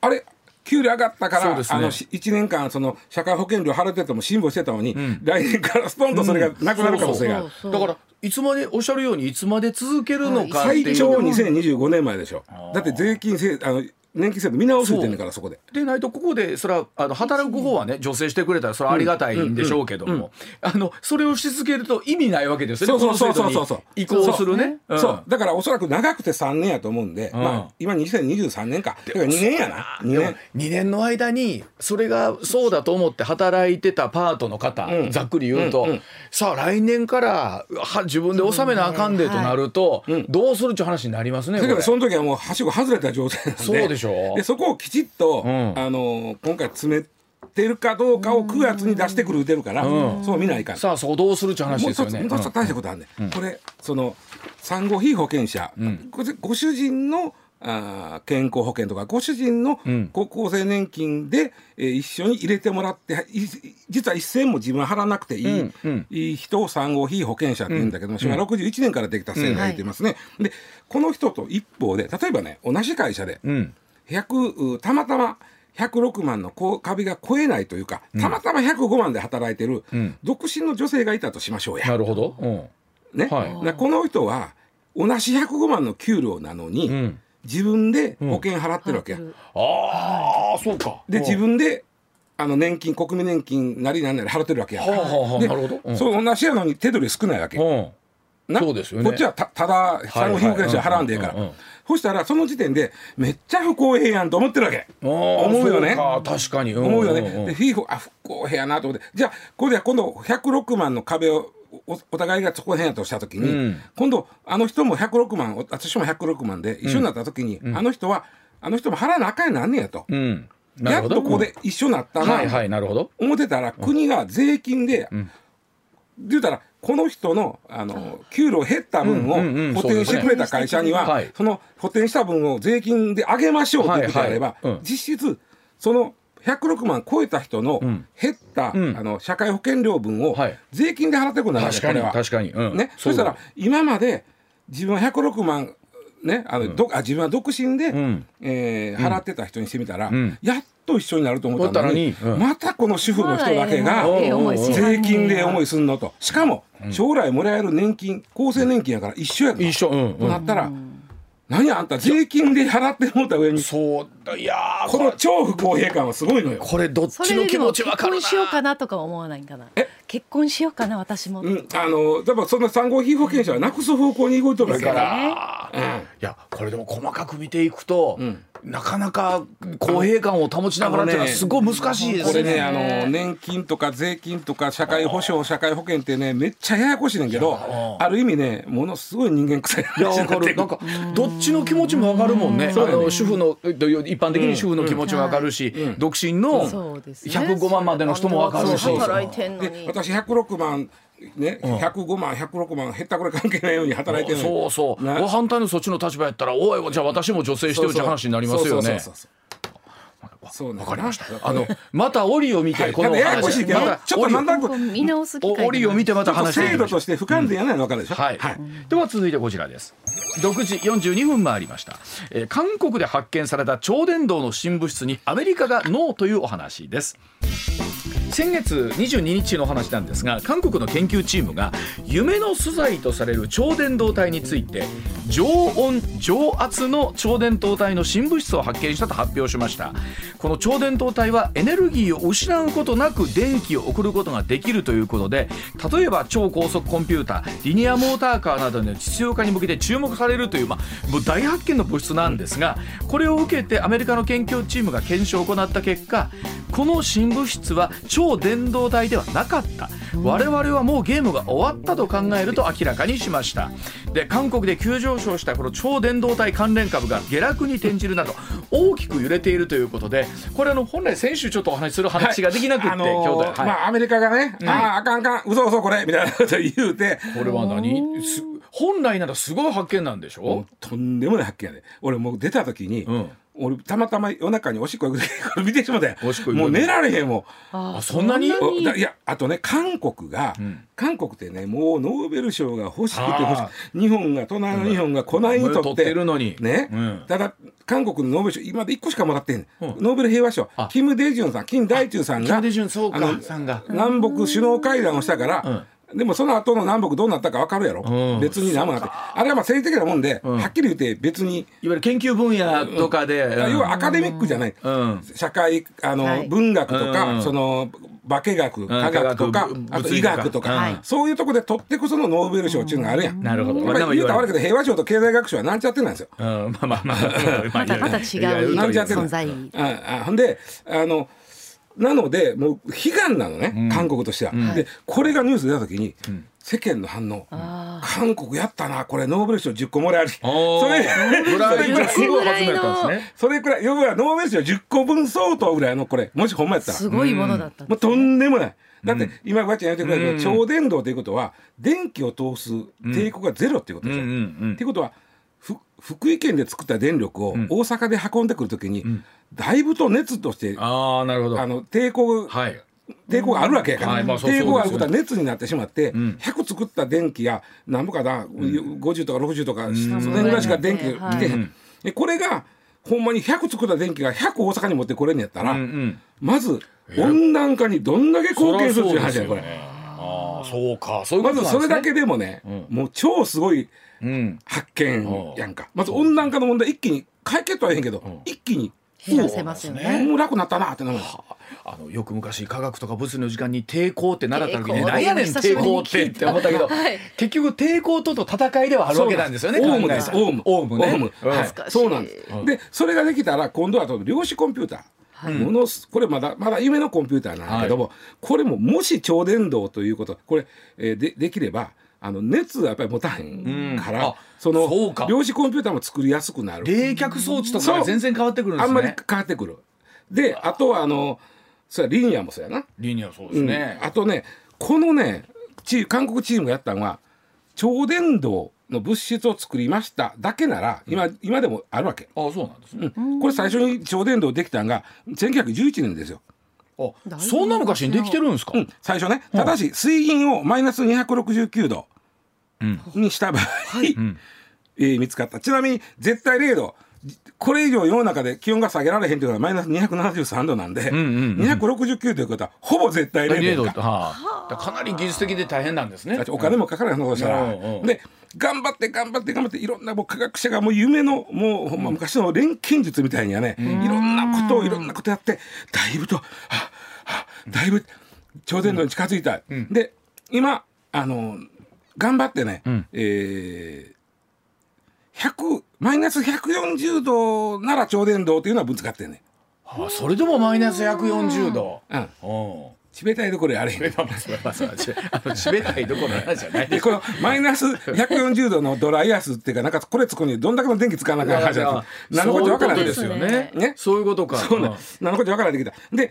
[SPEAKER 3] あれ給料上がったか
[SPEAKER 2] そう
[SPEAKER 3] ら、
[SPEAKER 2] ですね
[SPEAKER 3] あのし1年間その社会保険料払ってても辛抱してたのに、
[SPEAKER 2] ん
[SPEAKER 3] 来年からスポンとそれがなくなる可能性がある、
[SPEAKER 4] そうそう
[SPEAKER 2] だからいつまでおっしゃるようにいつまで続けるのかって
[SPEAKER 3] 最
[SPEAKER 2] いう
[SPEAKER 3] 長2025年まででしょだって税金制あの年金制度見直すってんねんからそこで
[SPEAKER 2] でないとここでそれはあの働く方はね助成してくれたらそれはありがたいんでしょうけどもあのそれをし続けると意味ないわけですよね
[SPEAKER 3] そうそ
[SPEAKER 2] この
[SPEAKER 3] う
[SPEAKER 2] 制度に
[SPEAKER 3] そうそうそう
[SPEAKER 2] 移行するねん
[SPEAKER 3] そうだからおそらく長くて3年やと思うんで、
[SPEAKER 2] うん
[SPEAKER 3] まあ、今2023年かだから2年やな2
[SPEAKER 2] でも
[SPEAKER 3] 年
[SPEAKER 2] 2年の間にそれがそうだと思って働いてたパートの方、
[SPEAKER 3] うん
[SPEAKER 2] ざっくり言うと、
[SPEAKER 3] うんうん
[SPEAKER 2] さあ来年からは自分で納めなあかんでとなると、
[SPEAKER 3] うん
[SPEAKER 2] どうするっちゅう話になりますね。
[SPEAKER 3] だけ
[SPEAKER 2] こ
[SPEAKER 3] ど
[SPEAKER 2] れ
[SPEAKER 3] その時はもうはしご外れた状態なんで
[SPEAKER 2] そうでしょ
[SPEAKER 3] でそこをきちっと、
[SPEAKER 2] うん
[SPEAKER 3] あの今回詰めてるかどうかを9月に出してくる打てるから、そう見ないから
[SPEAKER 2] さあそうどうするっちゅう話
[SPEAKER 3] もう
[SPEAKER 2] です
[SPEAKER 3] 一
[SPEAKER 2] よ
[SPEAKER 3] つ、
[SPEAKER 2] ね。
[SPEAKER 3] もう一つ大したことあるね、これその産後非保険者、これご主人のあー健康保険とかご主人の
[SPEAKER 2] ん
[SPEAKER 3] 高校生年金で、えー一緒に入れてもらってい実は一銭も自分は払わなくていい,、
[SPEAKER 2] うんうん
[SPEAKER 3] いい人を産後非保険者って言うんだけども、昭和61年からできた制度が言ってますね、でこの人と一方で例えばね同じ会社で
[SPEAKER 2] うん
[SPEAKER 3] 100うたまたま106万のこう壁が超えないというかたまたま105万で働いてる
[SPEAKER 2] うん
[SPEAKER 3] 独身の女性がいたとしましょうや。
[SPEAKER 2] なるほど。うん
[SPEAKER 3] ね、
[SPEAKER 2] はい
[SPEAKER 3] だからこの人は同じ105万の給料なのに、
[SPEAKER 2] うん
[SPEAKER 3] 自分で保険払ってるわけや、
[SPEAKER 4] うん
[SPEAKER 2] ああそうか。
[SPEAKER 3] で
[SPEAKER 2] うん
[SPEAKER 3] 自分であの年金国民年金なりなんなり払ってるわけや
[SPEAKER 2] はあはあはあ
[SPEAKER 3] で
[SPEAKER 2] なるほど。うん
[SPEAKER 3] そう同じやのに手取り少ないわけ、
[SPEAKER 2] うん
[SPEAKER 3] な
[SPEAKER 2] そうですよね
[SPEAKER 3] こっちはたただ産後貧困者払うんでええから、
[SPEAKER 2] うんうんうんうん
[SPEAKER 3] そしたらその時点でめっちゃ不公平やんと思ってるわけ
[SPEAKER 2] あー
[SPEAKER 3] 思うよね
[SPEAKER 2] そうか確かに
[SPEAKER 3] 思うよね、
[SPEAKER 2] んんん
[SPEAKER 3] でフィーフあ不公平やなと思ってじゃあこれで今度106万の壁をおお互いがそこら辺やとした時に、
[SPEAKER 2] うん
[SPEAKER 3] 今度あの人も106万お私も106万で一緒になった時に、あの人はあの人も払わなあかんやなんねやと、
[SPEAKER 2] うん。な
[SPEAKER 3] や
[SPEAKER 2] るほ
[SPEAKER 3] っ
[SPEAKER 2] ど
[SPEAKER 3] とここで一緒になった
[SPEAKER 2] うん
[SPEAKER 3] な、
[SPEAKER 2] はいはいなるほど。
[SPEAKER 3] 思ってたら国が税金で、言うたらこの人のあの給料減った分
[SPEAKER 2] うんうんうん
[SPEAKER 3] を補填してくれた会社には、
[SPEAKER 2] そうですね
[SPEAKER 3] その補填した分を税金で上げましょうということであれば、
[SPEAKER 2] はいはいうん
[SPEAKER 3] 実質その106万超えた人の
[SPEAKER 2] ん
[SPEAKER 3] 減った、
[SPEAKER 2] うん
[SPEAKER 3] あの社会保険料分を
[SPEAKER 2] はい
[SPEAKER 3] 税金で払ってくるんだ
[SPEAKER 2] 確かに
[SPEAKER 3] これは
[SPEAKER 2] 確かにうん
[SPEAKER 3] ね、
[SPEAKER 2] そ
[SPEAKER 3] そうした
[SPEAKER 2] だ
[SPEAKER 3] ら今まで自分は106万ねあの、どあ自分は独身で、
[SPEAKER 2] ん
[SPEAKER 3] えー払ってた人にしてみたら、
[SPEAKER 2] ん
[SPEAKER 3] やっと一緒になると思ったのに
[SPEAKER 2] 思ったのにうん
[SPEAKER 3] またこの主婦の人だけが
[SPEAKER 4] まだええ思いしはんね
[SPEAKER 3] 税
[SPEAKER 4] や
[SPEAKER 3] 金で思いすんのとしかも将来もらえる年金厚生年金やから一緒やから
[SPEAKER 2] 一緒うん
[SPEAKER 3] と
[SPEAKER 2] う
[SPEAKER 3] なっ
[SPEAKER 2] ん。
[SPEAKER 3] たら、何あんた税金で払ってもうた上に
[SPEAKER 2] そうだいやー
[SPEAKER 3] この超不公平感はすごいのよ。
[SPEAKER 2] これどっ
[SPEAKER 4] そ
[SPEAKER 2] ち
[SPEAKER 4] れ
[SPEAKER 2] の
[SPEAKER 4] で
[SPEAKER 2] 気
[SPEAKER 4] で
[SPEAKER 2] 持
[SPEAKER 4] も
[SPEAKER 2] ち
[SPEAKER 4] 結
[SPEAKER 2] わかる
[SPEAKER 4] 婚しよう
[SPEAKER 2] な。
[SPEAKER 4] かなとか思わないんかな
[SPEAKER 3] え
[SPEAKER 4] 結婚しようかな私も、
[SPEAKER 3] うん、あの例えばそんな産後被保険者はなくす方向に動いてるわけやから。
[SPEAKER 2] あーいやこれでも細かく見ていくと、なかなか公平感を保ちながらっていうのは
[SPEAKER 3] あのね
[SPEAKER 2] すごい難しいで
[SPEAKER 3] こ
[SPEAKER 2] す
[SPEAKER 3] れ
[SPEAKER 2] ね。
[SPEAKER 3] ね、あの年金とか税金とか社会保障、社会保険ってね、めっちゃややこしいねんけど、ある意味ね、ものすごい人間臭い
[SPEAKER 2] いや
[SPEAKER 3] 話
[SPEAKER 2] わ
[SPEAKER 3] にな
[SPEAKER 2] か
[SPEAKER 3] って
[SPEAKER 2] るなんかどっちの気持ちもわかるもんねあの主婦のえっと一般的に主婦の気持ちもわかるし、独身の
[SPEAKER 4] そうですね
[SPEAKER 2] 105万までの人もわかるし
[SPEAKER 4] そう働いてんの
[SPEAKER 3] で
[SPEAKER 4] に
[SPEAKER 3] 私106万ね、105万106万減ったこれ関係ないように働いてるのに
[SPEAKER 2] そうそう、
[SPEAKER 3] ね
[SPEAKER 2] お反対のそっちの立場やったらおいじゃあ私も女性してよって話になりますよね
[SPEAKER 3] そうそうそうそうそう
[SPEAKER 2] わかりました
[SPEAKER 3] そうなんだ
[SPEAKER 2] あの また折を見て、
[SPEAKER 3] はい
[SPEAKER 2] この
[SPEAKER 3] ただややこしいけど
[SPEAKER 2] また
[SPEAKER 3] ちょっとまんなく
[SPEAKER 4] こう見直す機会
[SPEAKER 2] 折を見てまた話していき
[SPEAKER 3] 制
[SPEAKER 2] ま
[SPEAKER 3] 度
[SPEAKER 2] しょう
[SPEAKER 3] として不完全やないの分かるでしょ、
[SPEAKER 2] はい、では続いてこちらです6時42分回りました、えー韓国で発見された超伝導の新物質にアメリカがノーというお話です先月22日の話なんですが韓国の研究チームが夢の素材とされる超伝導体について常温常圧の超伝導体の新物質を発見したと発表しましたこの超伝導体はエネルギーを失うことなく電気を送ることができるということで例えば超高速コンピューターリニアモーターカーなどの実用化に向けて注目されるという,、まあ、もう大発見の物質なんですがこれを受けてアメリカの研究チームが検証を行った結果この新物質は超電導体ではなかった我々はもうゲームが終わったと考えると明らかにしましたで韓国で急上昇したこの超電導体関連株が下落に転じるなど大きく揺れているということでこれあの本来先週ちょっとお話しする話ができなくって、
[SPEAKER 3] あの
[SPEAKER 2] 兄弟、
[SPEAKER 3] ーまあアメリカがね、あああかんあかん嘘嘘これみたいなこと言うて
[SPEAKER 2] これは何す本来ならすごい発見なんでし
[SPEAKER 3] も
[SPEAKER 2] ょ、
[SPEAKER 3] うとんでもない発見やで俺もう出た時に、
[SPEAKER 2] うん、
[SPEAKER 3] 俺たまたま夜中におしっこ行く時 これ見てしまって
[SPEAKER 2] おしっこ行く時
[SPEAKER 3] もう寝られへんも
[SPEAKER 4] あ
[SPEAKER 2] あそんなに
[SPEAKER 3] んおだいやあとね韓国が、
[SPEAKER 2] うん
[SPEAKER 3] 韓国ってねもうノーベル賞が欲しくて欲し
[SPEAKER 2] あ
[SPEAKER 3] く日本が隣の日本がこないにと
[SPEAKER 2] 取
[SPEAKER 3] っ
[SPEAKER 2] っててるのに
[SPEAKER 3] ね、
[SPEAKER 2] うん
[SPEAKER 3] ただ韓国のノーベル賞今まで1個しかもらってんねん、
[SPEAKER 2] うん
[SPEAKER 3] ノーベル平和賞
[SPEAKER 2] あ
[SPEAKER 3] キム・デジュンさん金大中さん
[SPEAKER 2] キ
[SPEAKER 3] が
[SPEAKER 2] ム・デジュンそう
[SPEAKER 3] あの
[SPEAKER 2] かさんが
[SPEAKER 3] 南北首脳会談をしたから、でもその後の南北どうなったか分かるやろ、
[SPEAKER 2] うん
[SPEAKER 3] 別に何もなってあれはまあ政治的なもんで、
[SPEAKER 2] ん
[SPEAKER 3] はっきり言って別に、
[SPEAKER 2] いわゆる研究分野とかで、うん
[SPEAKER 3] 要はアカデミックじゃない、
[SPEAKER 2] うん
[SPEAKER 3] 社会あの、
[SPEAKER 4] はい
[SPEAKER 3] 文学とか、
[SPEAKER 2] うん
[SPEAKER 3] その化学科学とか、
[SPEAKER 2] 科学
[SPEAKER 3] あと
[SPEAKER 2] 物理
[SPEAKER 3] 医
[SPEAKER 2] とか
[SPEAKER 3] 学とか、
[SPEAKER 4] はい
[SPEAKER 3] そういうとこで取ってこそのノーベル賞っていうのがあるやん。
[SPEAKER 2] なるほど
[SPEAKER 3] やっぱり言うたら悪いけど平和賞と経済学賞はなんちゃってなんですよ。
[SPEAKER 2] うんまあまあまあまあ
[SPEAKER 4] またまた違う
[SPEAKER 3] なんちゃって
[SPEAKER 4] 存在
[SPEAKER 3] ああほんであのなのでもう悲願なのね、韓国としては。でこれがニュース出た時に、世間の反応
[SPEAKER 4] あ
[SPEAKER 3] 韓国やったなこれノーベル賞10個もらえるし
[SPEAKER 2] おー
[SPEAKER 3] それ
[SPEAKER 2] ブラウン
[SPEAKER 4] それぐらい
[SPEAKER 2] すごい発明だったんですね
[SPEAKER 3] それくらい要はノーベル賞10個分相当ぐらいのこれもしほんまやったら
[SPEAKER 4] すごいものだったん
[SPEAKER 3] もう
[SPEAKER 4] ですね
[SPEAKER 3] とんでもない。だって今ばあちゃん言ってくれたけど超電導ということは電気を通す抵抗がゼロっていうことでしょ。
[SPEAKER 2] うんうんうん
[SPEAKER 3] っていうことはふ福井県で作った電力を大阪で運んでくるときに、だいぶと熱として、
[SPEAKER 2] ああなるほど
[SPEAKER 3] あの抵抗が
[SPEAKER 2] はい
[SPEAKER 3] 抵抗があるわけやから、
[SPEAKER 2] はいまあそう
[SPEAKER 3] 抵抗がある
[SPEAKER 2] そうですよ
[SPEAKER 3] ことは熱になってしまって、100作った電気が何ぼかな、50とか60とか、その辺ぐらいしか電気が来てへん、でこれがほんまに100作った電気が100大阪に持ってこれんやったら、
[SPEAKER 2] うんうん
[SPEAKER 3] まず温暖化にどんだけ貢献するっていう話
[SPEAKER 2] そ
[SPEAKER 3] や
[SPEAKER 2] りゃそ
[SPEAKER 3] こ
[SPEAKER 2] うですよ
[SPEAKER 3] れ。
[SPEAKER 2] ねああそうかそういうことなん
[SPEAKER 3] まず
[SPEAKER 2] です
[SPEAKER 3] そ
[SPEAKER 2] ね
[SPEAKER 3] れだけでもね、もう超すごい
[SPEAKER 2] うん
[SPEAKER 3] 発見やんか。まず温暖化の問題一気に解決はえへんけど、一気に
[SPEAKER 4] 減らせますよね
[SPEAKER 3] もう楽になったなってなる。
[SPEAKER 2] あのよく昔科学とか物理の時間に抵抗って習った時に
[SPEAKER 4] 抵抗
[SPEAKER 2] 何やねん
[SPEAKER 4] 久し
[SPEAKER 2] 抵
[SPEAKER 4] ぶりに
[SPEAKER 2] 抗っ
[SPEAKER 4] 聞
[SPEAKER 2] て
[SPEAKER 4] いた
[SPEAKER 2] って思ったけど
[SPEAKER 4] はい
[SPEAKER 2] 結局抵抗とと戦いではあるわけなんですよね
[SPEAKER 3] オ
[SPEAKER 2] 考えた
[SPEAKER 3] ウム
[SPEAKER 2] ら
[SPEAKER 3] です。オウム。
[SPEAKER 2] オウムねうん
[SPEAKER 3] は
[SPEAKER 4] 懐かし
[SPEAKER 3] い。
[SPEAKER 4] い
[SPEAKER 3] そうなんです。で、それができたら、今度はあと量子コンピューター。ものすこれまだまだ夢のコンピューターなんだけども、これももし超電導ということこれ、えーでできればあの熱はやっぱり持たへんから、
[SPEAKER 2] うんあ
[SPEAKER 3] その
[SPEAKER 2] そうか
[SPEAKER 3] 量子コンピューターも作りやすくなる
[SPEAKER 2] 冷却装置とかが全然変わってくるんで
[SPEAKER 3] あ
[SPEAKER 2] す
[SPEAKER 3] ん
[SPEAKER 2] ね
[SPEAKER 3] まり変わってくるであとはあのそれはリニアもそうやな
[SPEAKER 2] リニアそうですね
[SPEAKER 3] うん、あとねこのねチー韓国チームがやったのは超伝導の物質を作りましただけなら今,、今でもあるわけ、
[SPEAKER 2] ああそうなんですね
[SPEAKER 3] うん、これ最初に超伝導できたのが1911年ですよ、
[SPEAKER 2] あそんな昔にできてるんですか
[SPEAKER 3] うん、最初ねただし水銀をマイナス269度
[SPEAKER 2] うん
[SPEAKER 3] にした場合、
[SPEAKER 2] ん
[SPEAKER 3] えー見つかったちなみに絶対0度これ以上世の中で気温が下げられへんというのはマイナス273度なんで、
[SPEAKER 2] んうんうん
[SPEAKER 3] 269ということはほぼ絶対
[SPEAKER 2] リニア
[SPEAKER 3] 0
[SPEAKER 2] ど
[SPEAKER 3] 度
[SPEAKER 2] うやっ
[SPEAKER 3] か
[SPEAKER 2] てはいだからかなり技術的で大変なんですね
[SPEAKER 3] だってお金もかからないのしたら、
[SPEAKER 2] うんうん
[SPEAKER 3] で頑張って頑張って頑張っていろんなもう科学者がもう夢のもうほんま昔の錬金術みたいにはね、いろんなことをいろんなことやってだいぶとははだいぶ超伝導に近づいた、で今あの頑張ってね、えー100マイナス140度なら超伝導っていうのはぶつかってんね、
[SPEAKER 2] ああそれでもマイナス140度
[SPEAKER 3] うん、
[SPEAKER 2] うん
[SPEAKER 3] チベタイどころやあれへん
[SPEAKER 2] まあまあまあまあちあの締めたいどころの話じゃない
[SPEAKER 3] でこのマイナス140度のドライアイスっていうかなんかこれ作るのにどんだけの電気使わなきゃいけない話なのこっちゃ分からないですよ。
[SPEAKER 4] ね
[SPEAKER 2] ね
[SPEAKER 3] ね。
[SPEAKER 2] そういうことか。
[SPEAKER 3] そうなんなのこっちゃ分からないできた。で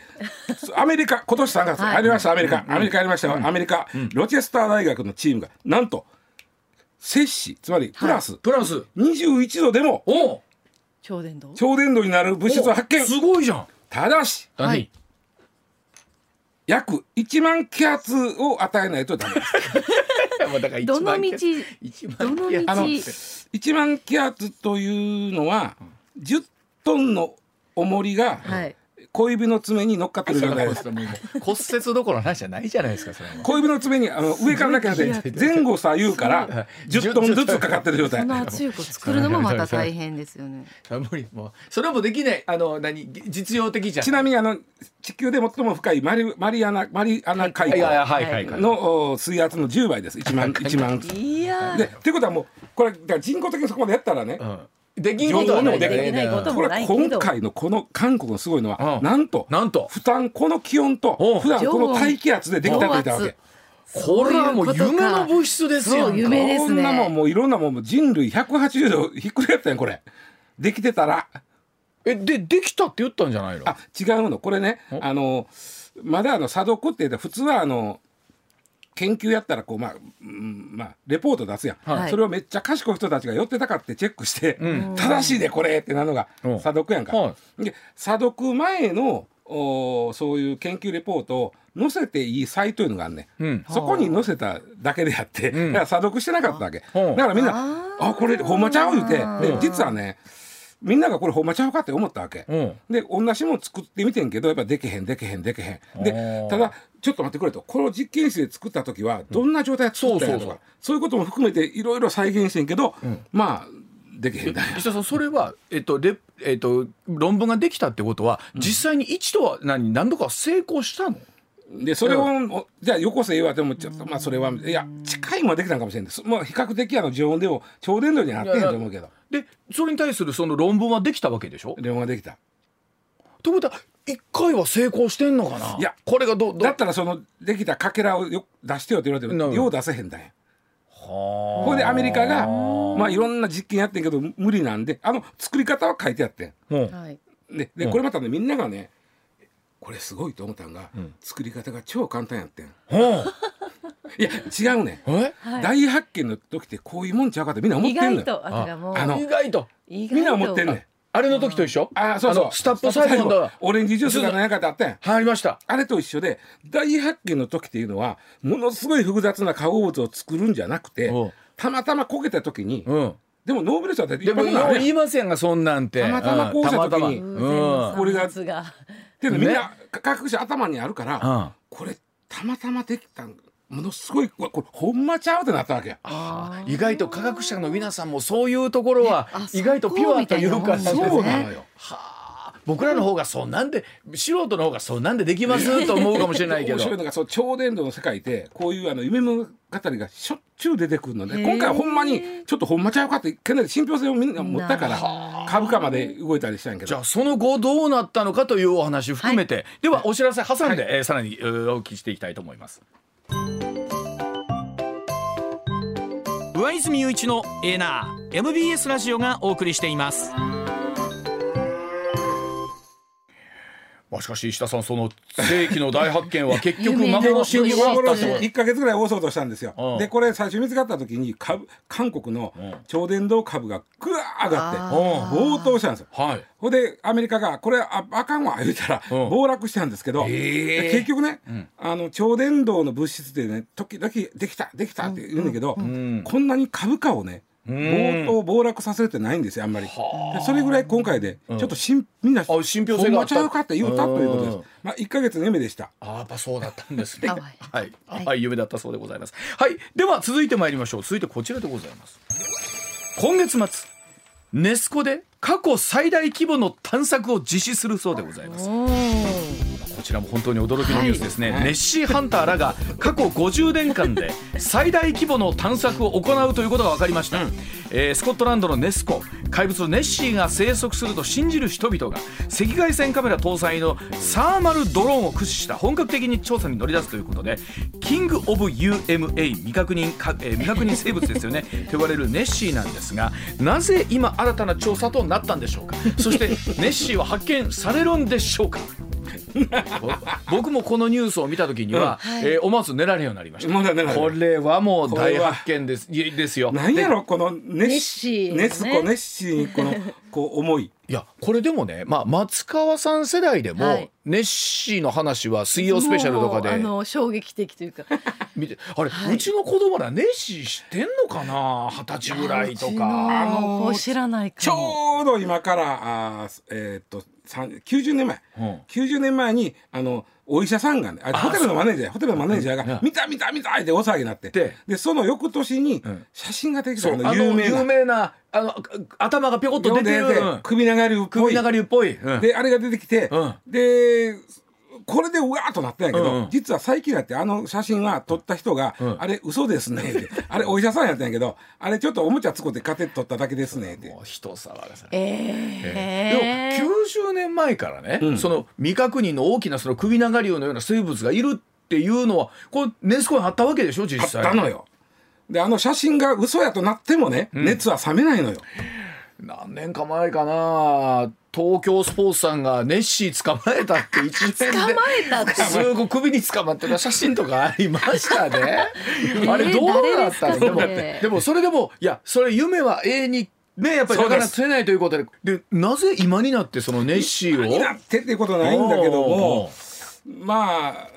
[SPEAKER 3] アメリカ今年3月
[SPEAKER 4] はい
[SPEAKER 3] ありましたアメリカアメリカありましたよアメリカロチェスター大学のチームがなんと摂氏つまりプラス
[SPEAKER 2] プラス。
[SPEAKER 3] 21度でも
[SPEAKER 2] おう。
[SPEAKER 4] 超電導
[SPEAKER 3] 超電導になる物質を発見
[SPEAKER 2] おうすごいじゃん。
[SPEAKER 3] ただし
[SPEAKER 4] はい
[SPEAKER 3] 約1万気圧を与えないとダメです。
[SPEAKER 2] 何。もうだから一
[SPEAKER 4] どの
[SPEAKER 2] 万
[SPEAKER 4] 道
[SPEAKER 2] 一
[SPEAKER 4] ど
[SPEAKER 2] 万
[SPEAKER 4] の
[SPEAKER 2] いや
[SPEAKER 4] 道
[SPEAKER 3] あの1万気圧というのは10トンの重りが
[SPEAKER 4] はい
[SPEAKER 3] 小指の爪に乗っかってる状態です。
[SPEAKER 5] 骨折どころの話じゃないじゃないですかそれは
[SPEAKER 3] 小指の爪にあの上から だけ
[SPEAKER 4] すごい
[SPEAKER 3] で前後左右から10トンずつかかってる状
[SPEAKER 4] そ
[SPEAKER 3] 態
[SPEAKER 4] ん。な圧力を作るのもまた大変ですよね。
[SPEAKER 5] あ無理もうそれもできないあの何実用的じゃん
[SPEAKER 3] ちなみにあの地球で最も深いマリマリアナマリアナ海
[SPEAKER 5] いやいや
[SPEAKER 3] 溝
[SPEAKER 5] はいはいはい
[SPEAKER 3] のお水圧の10倍です。1万1万。
[SPEAKER 4] いや
[SPEAKER 3] でっていうことはもうこれだから人工的にそこまでやったらね。
[SPEAKER 5] うんできんことはない
[SPEAKER 3] 情報も
[SPEAKER 4] できないこと
[SPEAKER 3] これ今回のこの韓国のすごいのは、
[SPEAKER 5] うん
[SPEAKER 3] なんと
[SPEAKER 5] なんと
[SPEAKER 3] 負担この気温
[SPEAKER 5] お
[SPEAKER 3] と
[SPEAKER 5] う
[SPEAKER 3] 普段この大気圧でできたといたわけ。
[SPEAKER 5] これはもう夢の物質ですよ
[SPEAKER 4] そう夢ですね
[SPEAKER 3] こんなもんもういろんなもんもう人類180度ひっくり返ったやんこれ。できてたら
[SPEAKER 2] えでできたって言ったんじゃないの
[SPEAKER 3] あ違うのこれねあのまだあの査読って言って普通はあの研究やったらこうまあ、うんまあ、レポート出すやん、
[SPEAKER 4] はい
[SPEAKER 3] それをめっちゃ賢い人たちが寄ってたかってチェックして、
[SPEAKER 2] ん
[SPEAKER 3] 正しいでこれってなのが
[SPEAKER 2] うん
[SPEAKER 3] 査読やんか。
[SPEAKER 2] は
[SPEAKER 3] で査読前のおーそういう研究レポートを載せていいサイトというのがあんねん。
[SPEAKER 2] うん
[SPEAKER 3] そこに載せただけであって、
[SPEAKER 2] うん
[SPEAKER 3] だから査読してなかったわけ、
[SPEAKER 2] うん
[SPEAKER 3] だからみんな
[SPEAKER 4] あ
[SPEAKER 3] 「
[SPEAKER 4] ー
[SPEAKER 3] あこれほんまちゃう」言うて
[SPEAKER 4] う
[SPEAKER 3] で
[SPEAKER 4] ん
[SPEAKER 3] 実はねみんながこれほんまちゃうかって思ったわけ、
[SPEAKER 2] うん
[SPEAKER 3] で同じもん作ってみてんけどやっぱでけへんでけへんでけへん
[SPEAKER 2] あ
[SPEAKER 3] で
[SPEAKER 2] ー
[SPEAKER 3] ただちょっと待ってくれとこの実験室で作った時はどんな状態で作ったん
[SPEAKER 2] そう
[SPEAKER 3] やとか、
[SPEAKER 2] そうそう
[SPEAKER 3] そういうことも含めていろいろ再現してんけど、まあでけへんだよ
[SPEAKER 2] 石田さんそれは、えっとレえっと、論文ができたってことは、実際に一度は何何度か成功したの
[SPEAKER 3] でそれをおじゃあよこせ言われてもちょっとまあそれはいや近いもんはできたんかもしれんです、まあ、比較的あの常温でも超伝導にはなってへんと思うけど
[SPEAKER 2] でそれに対するその論文はできたわけでしょ
[SPEAKER 3] 量ができた
[SPEAKER 2] ということは一回は成功してんのかない
[SPEAKER 3] や
[SPEAKER 2] これがどうどう
[SPEAKER 3] だったらそのできたかけらをよ出してよって言われ
[SPEAKER 2] な
[SPEAKER 3] て
[SPEAKER 2] るほ
[SPEAKER 3] も
[SPEAKER 2] ど
[SPEAKER 3] よう出せへんだんや
[SPEAKER 2] は
[SPEAKER 3] これでアメリカがまあいろんな実験やってんけど無理なんであの作り方は書いてあってん
[SPEAKER 2] あうん
[SPEAKER 4] はい。
[SPEAKER 3] でで
[SPEAKER 2] うん
[SPEAKER 3] これまたねみんながねこれすごいと思ったんが、作り方が超簡単やってんいや違うねん
[SPEAKER 2] うんえ
[SPEAKER 4] はい。
[SPEAKER 3] 大発見の時ってこういうもんちゃうかってみんな思っ
[SPEAKER 4] 意
[SPEAKER 3] てんの
[SPEAKER 4] 外
[SPEAKER 3] よ
[SPEAKER 4] とあだからもう
[SPEAKER 3] あの
[SPEAKER 2] 意外と
[SPEAKER 4] 意外と
[SPEAKER 3] みんな思ってんねん
[SPEAKER 2] あれの時と一緒
[SPEAKER 3] あーそうそ
[SPEAKER 2] の
[SPEAKER 3] う
[SPEAKER 2] スタップ細胞だ
[SPEAKER 3] オレンジジュースが何かってあったやん
[SPEAKER 2] 入りました
[SPEAKER 3] あれと一緒で大発見の時っていうのはものすごい複雑な化合物を作るんじゃなくて
[SPEAKER 2] うん
[SPEAKER 3] たまたま焦げた時に
[SPEAKER 2] うん
[SPEAKER 3] でもノーベル賞だってい
[SPEAKER 2] で
[SPEAKER 3] っ
[SPEAKER 2] も
[SPEAKER 3] ぱい
[SPEAKER 2] よう
[SPEAKER 3] ある
[SPEAKER 2] 言
[SPEAKER 3] やん
[SPEAKER 2] いませんがそんなんて
[SPEAKER 3] たまたまこうした時に
[SPEAKER 2] うん
[SPEAKER 4] 偶
[SPEAKER 2] たまたまうん
[SPEAKER 4] 然の産物が
[SPEAKER 3] っていうのみんな
[SPEAKER 2] ね
[SPEAKER 3] 各社頭にあるから
[SPEAKER 2] あ
[SPEAKER 3] これたまたまできたんものすごいこれこれほんまちゃうってなったわけや。
[SPEAKER 2] あ意外と科学者の皆さんもそういうところは
[SPEAKER 4] あそ
[SPEAKER 2] 意
[SPEAKER 4] こ
[SPEAKER 2] 外とピュアというか
[SPEAKER 4] み
[SPEAKER 2] そ
[SPEAKER 4] た
[SPEAKER 2] う
[SPEAKER 4] いなもんですね
[SPEAKER 2] なのよはあ僕らの方がそんなんで素人の方がそんなんでできますと思うかもしれないけ
[SPEAKER 3] 面
[SPEAKER 2] ど
[SPEAKER 3] 白いのがそう超伝導の世界でこういうあの夢物語がしょっちゅう出てくるので
[SPEAKER 4] へー
[SPEAKER 3] 今回はほんまにちょっとほんまちゃうかってかなり信憑性をみんな持ったか
[SPEAKER 4] なる
[SPEAKER 3] ら株価まで動いたりしたんやけ
[SPEAKER 2] じゃ
[SPEAKER 3] ど
[SPEAKER 2] あその後どうなったのかというお話含めて、ではお知らせ挟んで、えーさらにえーお聞きしていきたいと思います
[SPEAKER 6] 上泉雄一のエナー MBS ラジオがお送りしています
[SPEAKER 2] まあしかし石田さんその世紀の大発見は結局
[SPEAKER 4] 有名な
[SPEAKER 2] 幻に終わったと
[SPEAKER 4] 有名な
[SPEAKER 3] 1か月ぐらい大騒動したんですよ
[SPEAKER 2] うん
[SPEAKER 3] でこれ最初見つかった時に株韓国の
[SPEAKER 2] うん
[SPEAKER 3] 超伝導株がぐわー上がって
[SPEAKER 4] あー
[SPEAKER 3] 暴騰したんですよ
[SPEAKER 2] はい
[SPEAKER 3] ほんでアメリカがこれああかんわ言うたら
[SPEAKER 2] うん
[SPEAKER 3] 暴落したんですけど、で結局ね、あの超伝導の物質でね時々できたできたって言うんだけど、こんなに株価をね暴騰暴落させるってないんですよあんまり、でそれぐらい今回でちょっとしん、みんな
[SPEAKER 2] あ信憑性があった
[SPEAKER 3] ほんまちゃうかって言うたということで
[SPEAKER 2] うん
[SPEAKER 3] す、まあ、1か月の夢でした
[SPEAKER 2] あーやっぱそうだったんですね
[SPEAKER 4] あ
[SPEAKER 2] はい、
[SPEAKER 4] はい
[SPEAKER 2] はい、夢だったそうでございますはいでは続いてまいりましょう続いてこちらでございます今月末ネスコで過去最大規模の探索を実施するそうでございます
[SPEAKER 4] おー
[SPEAKER 2] こちらも本当に驚きのニュースですね、ネッシーハンターらが過去50年間で最大規模の探索を行うということが分かりました、えースコットランドのネスコ怪物のネッシーが生息すると信じる人々が赤外線カメラ搭載のサーマルドローンを駆使した本格的に調査に乗り出すということでキング・オブ・ UMA 未確認か、えー未確認生物ですよねと言われるネッシーなんですがなぜ今新たな調査となったんでしょうかそしてネッシーは発見されるんでしょうかぼ僕もこのニュースを見た時には、えー思わず寝られんようになりました、
[SPEAKER 3] まだね
[SPEAKER 2] これはもう
[SPEAKER 3] これ
[SPEAKER 2] 大
[SPEAKER 3] は
[SPEAKER 2] 発見ですいですよ
[SPEAKER 3] なんやろこのネ
[SPEAKER 4] ネ
[SPEAKER 3] ッ
[SPEAKER 4] ッシ
[SPEAKER 3] シ
[SPEAKER 4] ー
[SPEAKER 3] ー
[SPEAKER 4] のね
[SPEAKER 3] ネスコネッシーにこのこう思い
[SPEAKER 2] いやこれでもね、まあ、松川さん世代でも、
[SPEAKER 4] はい
[SPEAKER 2] ネッシーの話は水曜スペシャルとかで
[SPEAKER 4] もうあの衝撃的というか
[SPEAKER 2] 見てあれ、
[SPEAKER 4] はいう
[SPEAKER 2] ちの子供らネッシー知ってんのかな二十歳ぐらいとか。
[SPEAKER 4] あのこう知らない
[SPEAKER 3] ち
[SPEAKER 4] かも
[SPEAKER 3] ょうど今からあーえーっとさん90年前
[SPEAKER 2] うん
[SPEAKER 3] 90年前にあのお医者さんがねあホテルのマネージャーホテルのマネージャー
[SPEAKER 2] うん
[SPEAKER 3] が「見た見た見た!」って大騒ぎになって
[SPEAKER 2] で
[SPEAKER 3] でその翌年に
[SPEAKER 2] ん
[SPEAKER 3] 写真ができた
[SPEAKER 2] そう
[SPEAKER 3] あ
[SPEAKER 2] あの
[SPEAKER 3] の
[SPEAKER 2] 有
[SPEAKER 3] 有
[SPEAKER 2] 名
[SPEAKER 3] 名
[SPEAKER 2] な
[SPEAKER 3] な
[SPEAKER 2] あのあ頭がぴょこっと
[SPEAKER 3] 読
[SPEAKER 2] 出て
[SPEAKER 3] んで
[SPEAKER 2] る
[SPEAKER 3] て
[SPEAKER 2] うん
[SPEAKER 3] 首長流っぽ
[SPEAKER 2] 首
[SPEAKER 3] い
[SPEAKER 2] 流流っぽい、うん
[SPEAKER 3] であれが出てきて
[SPEAKER 2] うん
[SPEAKER 3] でこれでうわーっとなったんやけ
[SPEAKER 2] うんうん
[SPEAKER 3] ど実は最近だってあの写真は撮った人が
[SPEAKER 2] ん
[SPEAKER 3] 「あれ嘘ですね」って「あれお医者さんやったんやけどあれちょっとおもちゃ使って勝手に撮っただけですね」って
[SPEAKER 2] もう人騒がさ
[SPEAKER 4] ええ
[SPEAKER 2] でも90年前からね、
[SPEAKER 3] うん
[SPEAKER 2] その未確認の大きなその首長竜のような生物がいるっていうのはこれネスコにあったわけでしょ実
[SPEAKER 3] 買っ
[SPEAKER 2] 際
[SPEAKER 3] たのよ。であの写真が嘘やとなってもね、熱は冷めないのよ。
[SPEAKER 2] 何年か前かな東京スポーツさんがネッシー捕まえたって一年で
[SPEAKER 4] 捕まえたって
[SPEAKER 2] すごい首に捕まってた写真とかありましたね
[SPEAKER 4] え
[SPEAKER 2] あれどうな
[SPEAKER 4] 誰
[SPEAKER 2] っ
[SPEAKER 4] です
[SPEAKER 2] た
[SPEAKER 4] か
[SPEAKER 2] のでも
[SPEAKER 4] それ
[SPEAKER 2] でもそれでもいやそれ夢は永遠にねやっぱり
[SPEAKER 3] そ
[SPEAKER 2] なか
[SPEAKER 3] うです
[SPEAKER 2] なか釣れないということででなぜ今になってそのネッシーを
[SPEAKER 3] になってっていうことはないんだけど
[SPEAKER 2] お
[SPEAKER 3] も
[SPEAKER 2] ー
[SPEAKER 3] まあ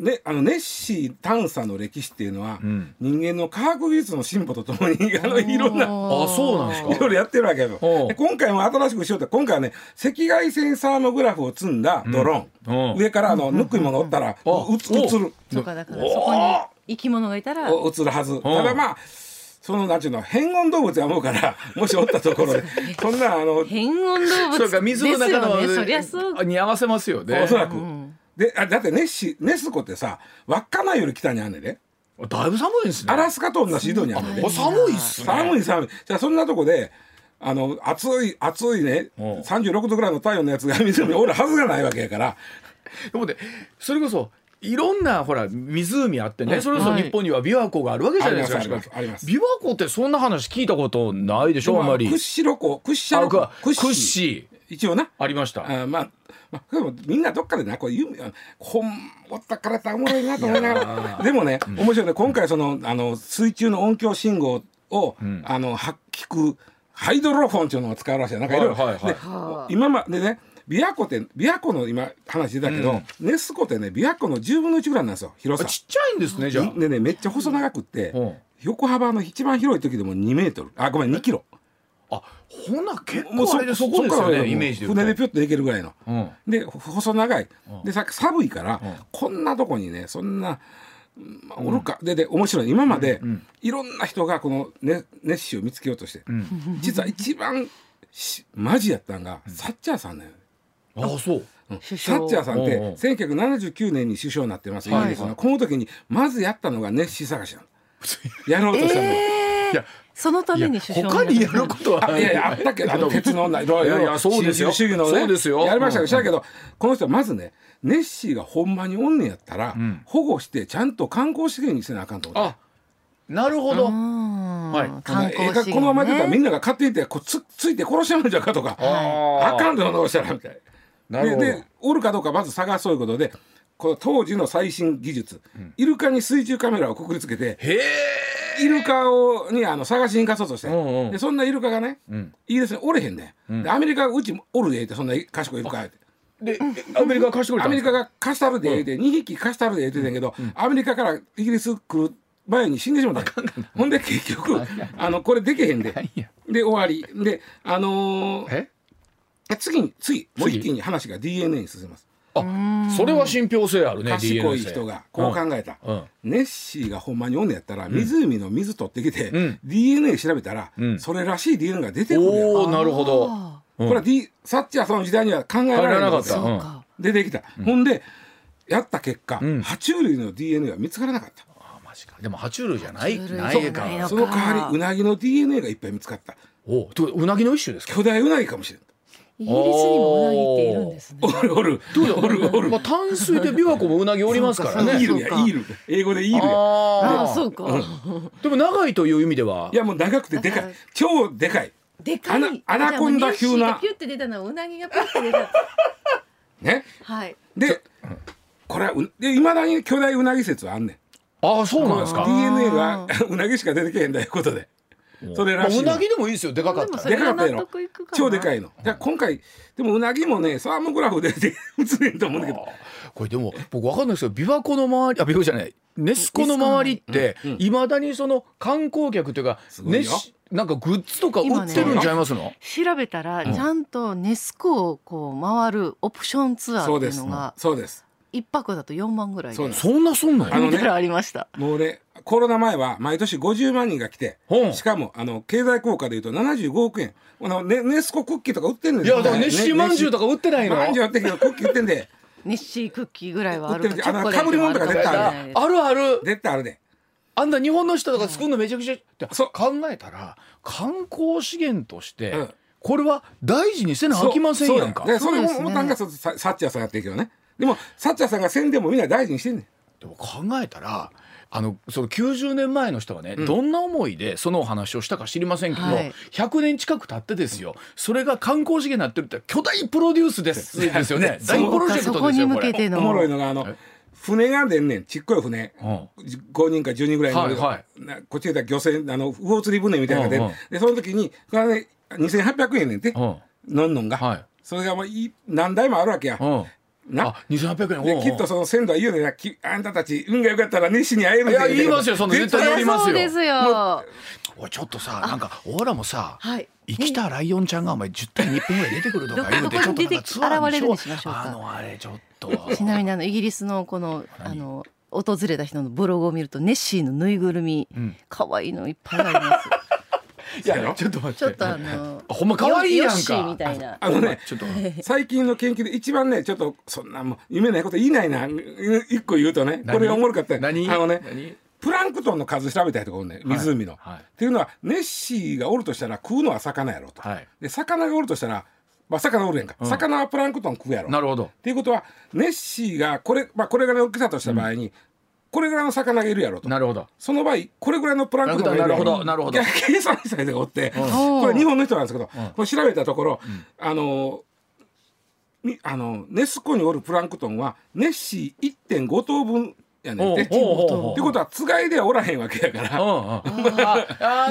[SPEAKER 3] ねあのネッシー探査の歴史っていうのは、
[SPEAKER 2] ん
[SPEAKER 3] 人間の科学技術の進歩とともにあのいろんな。
[SPEAKER 2] あそうなんですか
[SPEAKER 3] いろいろやってるわけよ
[SPEAKER 2] おう
[SPEAKER 3] で今回も新しくしようって今回はね赤外線サーモグラフを積んだドローン、
[SPEAKER 2] うん
[SPEAKER 3] 上からあのぬくいものおったらう
[SPEAKER 2] おう
[SPEAKER 3] うつ映る
[SPEAKER 4] そうかだからそこに生き物がいたら
[SPEAKER 3] お映るはず、ただまあそのなんちゅうの変音動物や思うから もしおったとこ ろでそんなあの
[SPEAKER 4] 変温動
[SPEAKER 2] そ
[SPEAKER 4] 物
[SPEAKER 2] う
[SPEAKER 4] です
[SPEAKER 2] か
[SPEAKER 4] よ
[SPEAKER 2] 水の中の、
[SPEAKER 4] ねそりゃそう
[SPEAKER 2] に合わせますよね
[SPEAKER 3] おそらく、
[SPEAKER 4] ん
[SPEAKER 3] であだってネッシネス湖ってさ稚内より北にあんねんで
[SPEAKER 2] だいぶ寒いですね
[SPEAKER 3] アラスカと同じ緯度にあんねんで
[SPEAKER 2] あ寒いっすね
[SPEAKER 3] 寒い寒いじゃあそんなとこであの暑い暑いね
[SPEAKER 2] うん
[SPEAKER 3] 36度ぐらいの体温のやつが湖におるはずがないわけやから
[SPEAKER 2] でもねそれこそいろんなほら湖あってね、それこそ
[SPEAKER 4] はい
[SPEAKER 2] 日本には琵琶湖があるわけじゃないですか、
[SPEAKER 3] ありますあります
[SPEAKER 2] 琵琶湖ってそんな話聞いたことないでしょあんまり
[SPEAKER 3] 屈指湖屈
[SPEAKER 2] あ僕
[SPEAKER 3] 斜路湖
[SPEAKER 2] はクッシー
[SPEAKER 3] 一応な
[SPEAKER 2] ありました
[SPEAKER 3] あまあ、まあ、でもみんなどっかでなこう夢ほんおったからっておもろいなと思いながらでもね、面白いね今回そのあの水中の音響信号を、あのは聞くハイドロフォンっていうのを使うらしいなんかいろいろ、
[SPEAKER 2] はいはいはい
[SPEAKER 3] で今までね琵琶湖って琵琶湖の今話出たけど、ネス湖ってね琵琶湖の10分の1ぐらいなんですよ広
[SPEAKER 2] あ
[SPEAKER 3] さ。
[SPEAKER 2] ちっちゃいんですねじゃあ
[SPEAKER 3] でねめっちゃ細長くって、
[SPEAKER 2] うん
[SPEAKER 3] 横幅の一番広い時でも2メートルあごめん2キロ。
[SPEAKER 2] あほな結構あれでそこです
[SPEAKER 3] か
[SPEAKER 2] よ
[SPEAKER 3] らはもう
[SPEAKER 2] ねイメージで言うと
[SPEAKER 3] 船でピュッと行けるぐらいの。
[SPEAKER 2] うん
[SPEAKER 3] でほ細長いでさ寒いから、こんなとこにねそんな、まあ、おるか、でで面白い今まで、いろんな人がこのネネッシーを見つけようとして、実は一番しマジやったんが、サッチャーさんだよね。
[SPEAKER 2] あ そう
[SPEAKER 4] 首
[SPEAKER 3] サッチャー
[SPEAKER 4] 相
[SPEAKER 3] さんっ
[SPEAKER 2] おうおう
[SPEAKER 3] て1979年に首相になってます、イギリスのこの時にまずやったのがネッシー探しなのやろうとしたのよ、
[SPEAKER 4] え
[SPEAKER 2] いや
[SPEAKER 4] えそのた
[SPEAKER 2] いや
[SPEAKER 4] めに首相
[SPEAKER 2] 他にやる
[SPEAKER 4] と
[SPEAKER 2] ことは
[SPEAKER 3] あいやいやあったけどあの鉄の女いろいろ
[SPEAKER 2] いやいやそうですよ
[SPEAKER 3] 新自由主義のね
[SPEAKER 2] そうですよ
[SPEAKER 3] やりました
[SPEAKER 2] うん
[SPEAKER 3] けどしたけどこの人はまずねネッシーがほんまにおんねんやったら、保護してちゃんと観光資源にせなあかんと思って
[SPEAKER 2] あなるほど、はい
[SPEAKER 4] 観
[SPEAKER 3] ええ
[SPEAKER 4] 光
[SPEAKER 3] か
[SPEAKER 4] 資源
[SPEAKER 3] このまま出たらみ
[SPEAKER 4] ね
[SPEAKER 3] んなが勝手に行ってこうつついて殺しちゃうんじゃうかとかあ
[SPEAKER 2] あ
[SPEAKER 3] かん
[SPEAKER 2] ん
[SPEAKER 3] でどうしたらみたい
[SPEAKER 2] な
[SPEAKER 3] な。
[SPEAKER 2] るほ
[SPEAKER 3] で
[SPEAKER 2] ど
[SPEAKER 3] でおるかどうかまず探そういうことでこの当時の最新技術、イルカに水中カメラをくくりつけて
[SPEAKER 2] へえ
[SPEAKER 3] イルカをにあの探しに行かそうとして、
[SPEAKER 2] んうん
[SPEAKER 3] でそんなイルカがね、
[SPEAKER 2] ん
[SPEAKER 3] イギリスにおれへんね、ん、でアメリカがうちおるでってそんな賢いイルカやって
[SPEAKER 2] でアメリカ貸してくれた
[SPEAKER 3] ア
[SPEAKER 2] ん
[SPEAKER 3] メ
[SPEAKER 2] で
[SPEAKER 3] リ
[SPEAKER 2] すか
[SPEAKER 3] カが貸したるで言うて、2匹貸したるで言うてたんやけど、アメリカからイギリス来る前に死んでしまったんやほんで結局あのこれでけへんで
[SPEAKER 2] や
[SPEAKER 3] で終わりであのー
[SPEAKER 2] え
[SPEAKER 3] 次に次もう一気に話が DNA に進みます
[SPEAKER 2] あそれは信憑性あるね
[SPEAKER 3] 賢い
[SPEAKER 2] DNA 性
[SPEAKER 3] 人がこう考えた、
[SPEAKER 2] うんうん
[SPEAKER 3] ネッシーがほんまにおんねやったら湖の水取ってきて、
[SPEAKER 2] うん
[SPEAKER 3] DNA 調べたら、
[SPEAKER 2] うん
[SPEAKER 3] それらしい DNA が出てくるやん
[SPEAKER 2] おおなるほど
[SPEAKER 3] これは D サッチャーさんの時代には考えられなかっ
[SPEAKER 2] 考え
[SPEAKER 3] た
[SPEAKER 2] られなかった
[SPEAKER 3] うん
[SPEAKER 2] そう
[SPEAKER 4] か
[SPEAKER 3] 出てきた、ほんでやった結果、
[SPEAKER 2] ん
[SPEAKER 3] 爬虫類の DNA が見つからなかった
[SPEAKER 2] あマジかでも爬虫類じゃない
[SPEAKER 4] 爬虫類
[SPEAKER 2] な
[SPEAKER 4] じゃない
[SPEAKER 2] いか
[SPEAKER 4] の
[SPEAKER 2] ら
[SPEAKER 4] か
[SPEAKER 3] その代わりうなぎの DNA がいっぱい見つかった
[SPEAKER 2] おうとうなぎの一種ですか
[SPEAKER 3] 巨大うなぎかもしれん
[SPEAKER 4] イギリスにもうなぎっているんですね
[SPEAKER 3] おるおるおるおる
[SPEAKER 2] まあ淡水で琵琶湖もうなぎおりますからね
[SPEAKER 3] イール
[SPEAKER 4] そう
[SPEAKER 3] や
[SPEAKER 4] か
[SPEAKER 3] イール英語でイールや
[SPEAKER 4] あ
[SPEAKER 2] あ
[SPEAKER 4] あ
[SPEAKER 2] ー
[SPEAKER 4] そうか
[SPEAKER 2] でも長いという意味ではい
[SPEAKER 3] やもう長くてでか
[SPEAKER 4] だか
[SPEAKER 3] い
[SPEAKER 4] ら
[SPEAKER 3] 超でかい
[SPEAKER 4] でかい
[SPEAKER 3] アナアナコンダ級な
[SPEAKER 4] じゃあもうネッシーがピュって出たのはうなぎがピュって出た
[SPEAKER 3] ね
[SPEAKER 4] はい
[SPEAKER 3] でこれはいまだに巨大うなぎ説はあんねん
[SPEAKER 2] ああそうなんですか
[SPEAKER 3] DNA がうなぎしか出てけへんだいうことでそれらしいの
[SPEAKER 5] うなぎでもいいですよでかかっ
[SPEAKER 4] でも
[SPEAKER 5] た
[SPEAKER 4] そ
[SPEAKER 5] ら
[SPEAKER 4] れ
[SPEAKER 3] でか
[SPEAKER 4] は
[SPEAKER 3] かった
[SPEAKER 4] 納
[SPEAKER 3] やろ
[SPEAKER 4] 得いくかな
[SPEAKER 3] 超でかいの。じゃあ今回でもうなぎもねサーモグラフで 映れんと思うんだけど
[SPEAKER 5] これでも僕わかんないですけど琵琶湖の周りあ琵琶湖じゃないネス湖の周りって
[SPEAKER 3] うんうん
[SPEAKER 5] いまだにその観光客というか
[SPEAKER 3] すごい
[SPEAKER 5] ネ
[SPEAKER 3] よ
[SPEAKER 5] スなんかグッズとか売ってるんちゃいますの、
[SPEAKER 4] 調べたらちゃんとネス湖をこう回るオプションツア
[SPEAKER 3] そう
[SPEAKER 4] ーっ
[SPEAKER 3] で
[SPEAKER 4] ていう
[SPEAKER 3] す
[SPEAKER 4] のが
[SPEAKER 3] そうです。
[SPEAKER 4] 一泊だと4万ぐらい
[SPEAKER 3] そう
[SPEAKER 4] で
[SPEAKER 3] です
[SPEAKER 5] そんなそんなん
[SPEAKER 3] あの
[SPEAKER 4] 見
[SPEAKER 3] ね
[SPEAKER 4] たらありました
[SPEAKER 3] もう俺コロナ前は毎年50万人が来て
[SPEAKER 5] ほん
[SPEAKER 3] しかもあの経済効果でいうと75億円あのネネスコクッキーとか売ってんの
[SPEAKER 5] いやだからネッシーまんじゅうとか売ってないの、
[SPEAKER 3] まんじゅうやってんけどクッキー売ってんで
[SPEAKER 4] ネッシークッキーぐらいはある
[SPEAKER 3] 売ってる
[SPEAKER 4] チョコレート
[SPEAKER 3] あの被り物とか絶対
[SPEAKER 4] も
[SPEAKER 3] あ
[SPEAKER 4] あるかもしれないです
[SPEAKER 5] あるある
[SPEAKER 3] 絶対あるで
[SPEAKER 5] あんな日本の人とか作るのめちゃくちゃって
[SPEAKER 3] そう
[SPEAKER 5] 考えたら観光資源として
[SPEAKER 3] うん
[SPEAKER 5] これは大事にせなあきませんやんか
[SPEAKER 3] そう。でそれ
[SPEAKER 4] そう
[SPEAKER 3] も
[SPEAKER 4] ですね
[SPEAKER 3] 思ったんがそうササッチャーさんやってるけどねでもサッチャーさんが宣伝もみんな大事にしてんねん
[SPEAKER 5] でも考えたらあのその90年前の人はね、どんな思いでそのお話をしたか知りませんけど、
[SPEAKER 4] はい
[SPEAKER 5] 100年近く経ってですよそれが観光資源になってるって巨大プロデュースですですよね大プロジェク
[SPEAKER 4] そ
[SPEAKER 5] ト
[SPEAKER 4] こ
[SPEAKER 5] です
[SPEAKER 4] に
[SPEAKER 5] よこ
[SPEAKER 4] 向
[SPEAKER 5] れ
[SPEAKER 4] け。ての
[SPEAKER 3] おもろいのがあの船が出んねんちっこい船、
[SPEAKER 5] うん
[SPEAKER 3] 5人か10人ぐらいの、
[SPEAKER 5] はいは
[SPEAKER 3] なこっちで言ったら漁船あの魚釣り船みたいなのが出る
[SPEAKER 5] うんうん
[SPEAKER 3] でその時にそれがね2800円ねんて、
[SPEAKER 5] うん
[SPEAKER 3] のんのんが、
[SPEAKER 5] はい
[SPEAKER 3] それがもうい何台もあるわけや、
[SPEAKER 5] うん
[SPEAKER 3] な
[SPEAKER 5] あ2800円
[SPEAKER 3] で
[SPEAKER 5] おうおう
[SPEAKER 3] きっとその鮮度は言うねんなきあんたたち運が良かったら熱心に会える
[SPEAKER 5] いや言いますよそんな絶対やります
[SPEAKER 4] そう
[SPEAKER 5] よ
[SPEAKER 4] ですよ
[SPEAKER 5] おいちょっとさなんか俺らもさ、
[SPEAKER 4] はい
[SPEAKER 5] 生きたライオンちゃんがお前10体日本ぐらい出てくるとか言うて
[SPEAKER 4] ど
[SPEAKER 5] ちょっ
[SPEAKER 4] こに
[SPEAKER 5] となんかツアー
[SPEAKER 4] 出て現れるにしましょうか
[SPEAKER 5] あのあれちょっと
[SPEAKER 4] ちなみにあのイギリスのこのあの訪れた人のブログを見るとネッシーのぬいぐるみ可愛、いのいっぱいあります
[SPEAKER 5] いやちょっと待って
[SPEAKER 4] ちょっとあの
[SPEAKER 5] ほんま可愛いやんか
[SPEAKER 4] ヨッシーみたいな
[SPEAKER 3] あのね
[SPEAKER 5] ちょっと
[SPEAKER 3] 最近の研究で一番ねちょっとそんなもう夢ないこと言いないなうん一個言うとねこれおもろかったよ
[SPEAKER 5] 何
[SPEAKER 3] あのね
[SPEAKER 5] 何
[SPEAKER 3] プランクトンの数調べたいとこおんねん湖の、
[SPEAKER 5] はい
[SPEAKER 3] っていうのはネッシーがおるとしたら食うのは魚やろと、
[SPEAKER 5] はい
[SPEAKER 3] で魚がおるとしたら、まあ、魚おるやんか、魚はプランクトン食うやろ
[SPEAKER 5] なるほど
[SPEAKER 3] っていうことはネッシーがこれ,、まあ、これぐらいの大きさとした場合に、これぐらいの魚がいるやろと
[SPEAKER 5] なるほど
[SPEAKER 3] その場合これぐらいのプランクトンがいるやろ
[SPEAKER 5] プランクトンなるほどなる
[SPEAKER 3] いや計算した人がおって、
[SPEAKER 4] ん
[SPEAKER 3] これ日本の人なんですけど、これ調べたところ、あのにあのネス湖におるプランクトンはネッシー1.5頭分やねんて。ってい
[SPEAKER 5] おうおうおうおう
[SPEAKER 3] うことはつがいではおらへんわけやから。
[SPEAKER 5] うんうんああ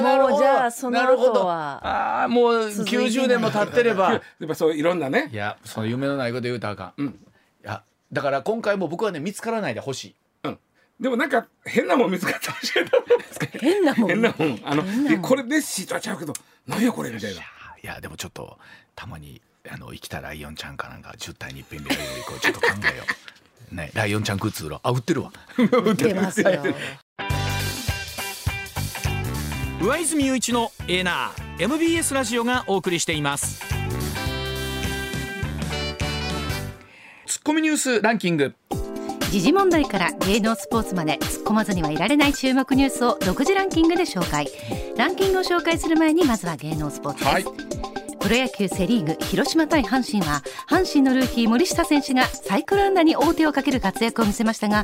[SPEAKER 5] ーなるほ
[SPEAKER 4] も
[SPEAKER 5] ど
[SPEAKER 4] うじゃあその
[SPEAKER 5] なるほ
[SPEAKER 4] 後
[SPEAKER 5] ど
[SPEAKER 4] は
[SPEAKER 5] ああもう
[SPEAKER 4] 続いてない
[SPEAKER 5] 90年も経ってれば
[SPEAKER 3] やっぱそういろんなね
[SPEAKER 5] いやその夢のないこと言うたらあかん、いやだから今回も僕はね見つからないでほしい
[SPEAKER 3] でもなんか変なもん見つかったらし い
[SPEAKER 4] 変なもん
[SPEAKER 3] 変なもんあのえこれネッシーとはちゃうけど何やこれみたいない
[SPEAKER 5] やでもちょっとたまにあの生きたライオンちゃんかなんか10体に一遍でやるよりこうちょっと考えようねライオンちゃんグッズ売ろうあ売ってるわ
[SPEAKER 4] 売ってますよ
[SPEAKER 6] 上泉雄一のエナー MBS ラジオがお送りしています
[SPEAKER 2] ツッコミニュースランキング
[SPEAKER 1] 時事問題から芸能スポーツまで突っ込まずにはいられない注目ニュースを独自ランキングで紹介ランキングを紹介する前にまずは芸能スポーツです、
[SPEAKER 2] はい
[SPEAKER 1] プロ野球セ・リーグ広島対阪神は阪神のルーキー森下選手がサイクル安打に王手をかける活躍を見せましたが、